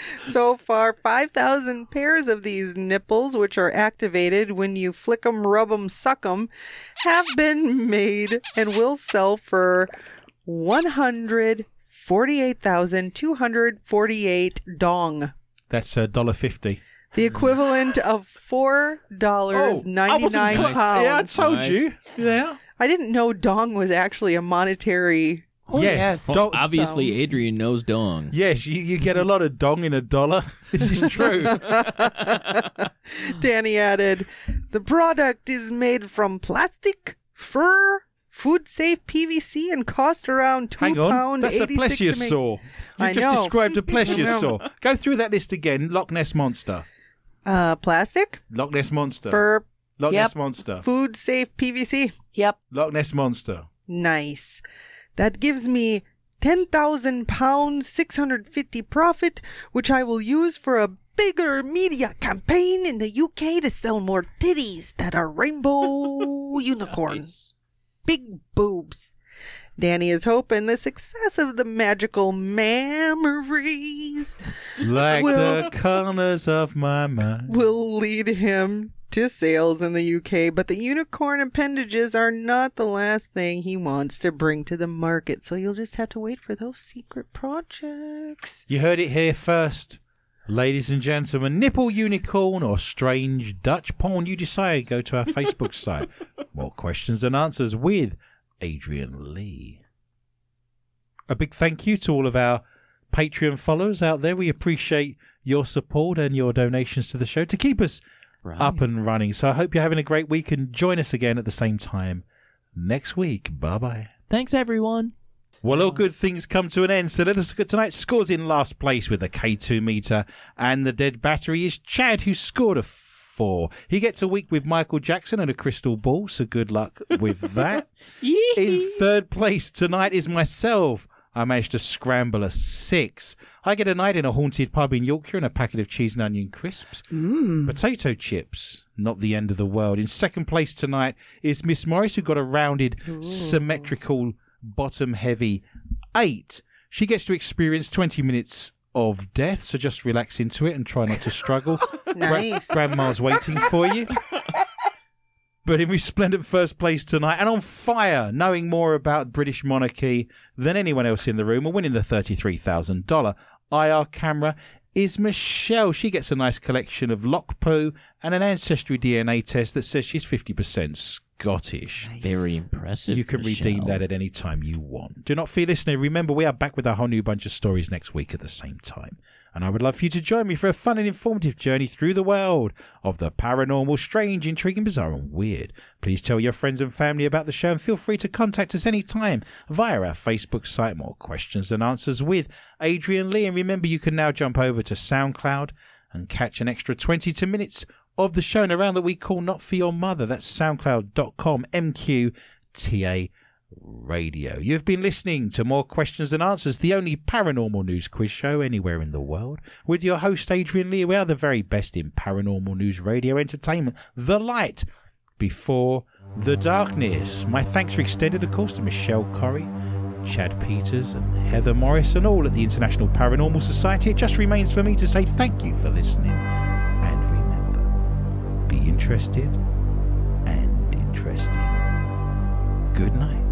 Speaker 2: *laughs* so far, 5,000 pairs of these nipples, which are activated when you flick 'em, rub 'em, suck 'em, have been made and will sell for $148,248 dong.
Speaker 1: That's a dollar fifty. Oh,
Speaker 2: The equivalent of four dollars ninety nine pounds.
Speaker 1: Yeah, I told
Speaker 4: Nice.
Speaker 1: you. Yeah.
Speaker 2: I didn't know dong was actually a monetary.
Speaker 3: Oh,
Speaker 1: yes.
Speaker 3: yes.
Speaker 1: Dong-
Speaker 4: Obviously, Adrian knows dong.
Speaker 1: yes, you, you get a lot of dong in a dollar. *laughs* This is
Speaker 2: *laughs*
Speaker 1: true.
Speaker 4: *laughs*
Speaker 1: *gasps*
Speaker 2: Danny added, The product is made from plastic, fur, food safe PVC, and costs around two
Speaker 1: Hang on.
Speaker 2: pound
Speaker 1: That's a
Speaker 2: eighty six to make.
Speaker 1: plesiosaur. You
Speaker 2: *laughs* I
Speaker 1: just
Speaker 2: know.
Speaker 1: described a plesiosaur.
Speaker 2: know.
Speaker 1: Go through that list again. Loch Ness Monster.
Speaker 2: Uh, plastic,
Speaker 1: Loch Ness Monster.
Speaker 2: fur,
Speaker 1: Loch
Speaker 3: Yep.
Speaker 1: Ness Monster.
Speaker 2: food safe PVC.
Speaker 3: Yep.
Speaker 1: Loch Ness
Speaker 2: *laughs*
Speaker 1: Monster.
Speaker 2: Nice. That gives me ten thousand pounds six hundred fifty profit, which I will use for a bigger media campaign in the UK to sell more titties that
Speaker 1: *laughs*
Speaker 2: are rainbow unicorns. big boobs. Danny is hoping the success of the magical memories
Speaker 1: Like
Speaker 2: Well-
Speaker 1: the colours of my mind.
Speaker 2: will lead him to sales in the UK, but the unicorn appendages are not the last thing he wants to bring to the market, so you'll just have to wait for those secret projects.
Speaker 1: You heard it here first. Ladies and gentlemen, nipple unicorn or strange Dutch porn, you decide. Go to our Facebook site. More questions and answers with Adrian Lee. A big thank you to all of our Patreon followers out there. We appreciate your support and your donations to the show to keep us
Speaker 4: Right.
Speaker 1: up and running. So I hope you're having a great week and join us again at the same time next week. Bye bye.
Speaker 4: Thanks, everyone.
Speaker 1: Well, all good things come to an end, so let us look at tonight's scores in last place with a K2 meter. And the dead battery is Chad, who scored a four. He gets a week with Michael Jackson and a crystal ball, so good luck with that. in third place tonight is myself. I managed to scramble a six. I get a night in a haunted pub in Yorkshire and a packet of cheese and onion crisps.
Speaker 3: Mm.
Speaker 1: Potato chips, not the end of the world. In second place tonight is Miss Morris, who got a rounded, symmetrical, bottom heavy eight. She gets to experience 20 minutes of death, so just relax into it and try not to struggle. Gra-
Speaker 2: Nice.
Speaker 1: grandma's waiting for you. But in resplendent first place tonight, and on fire, knowing more about British monarchy than anyone else in the room, and winning the $33,000 IR camera is Michelle. She gets a nice collection of lock poo and an ancestry DNA test that says she's 50% Scottish.
Speaker 4: Very impressive.
Speaker 1: You can redeem
Speaker 4: Michelle.
Speaker 1: that at any time you want. Do not fear, listener. Remember, we are back with a whole new bunch of stories next week at the same time. And I would love for you to join me for a fun and informative journey through the world of the paranormal, strange, intriguing, bizarre, and weird. Please tell your friends and family about the show and feel free to contact us anytime via our Facebook site. More questions and answers with Adrian Lee. And remember, you can now jump over to SoundCloud and catch an extra 22 minutes of the show and around that we call Not For Your Mother. That's soundcloud.com, MQTA Radio. You've been listening to More Questions Than Answers, the only paranormal news quiz show anywhere in the world. With your host, Adrian Lee, we are the very best in paranormal news radio entertainment. The light before the darkness. My thanks are extended, of course, to Michelle Corrie. Chad Peters and Heather Morris, and all at the International Paranormal Society. It just remains for me to say thank you for listening. And remember, be interested and interesting. Good night.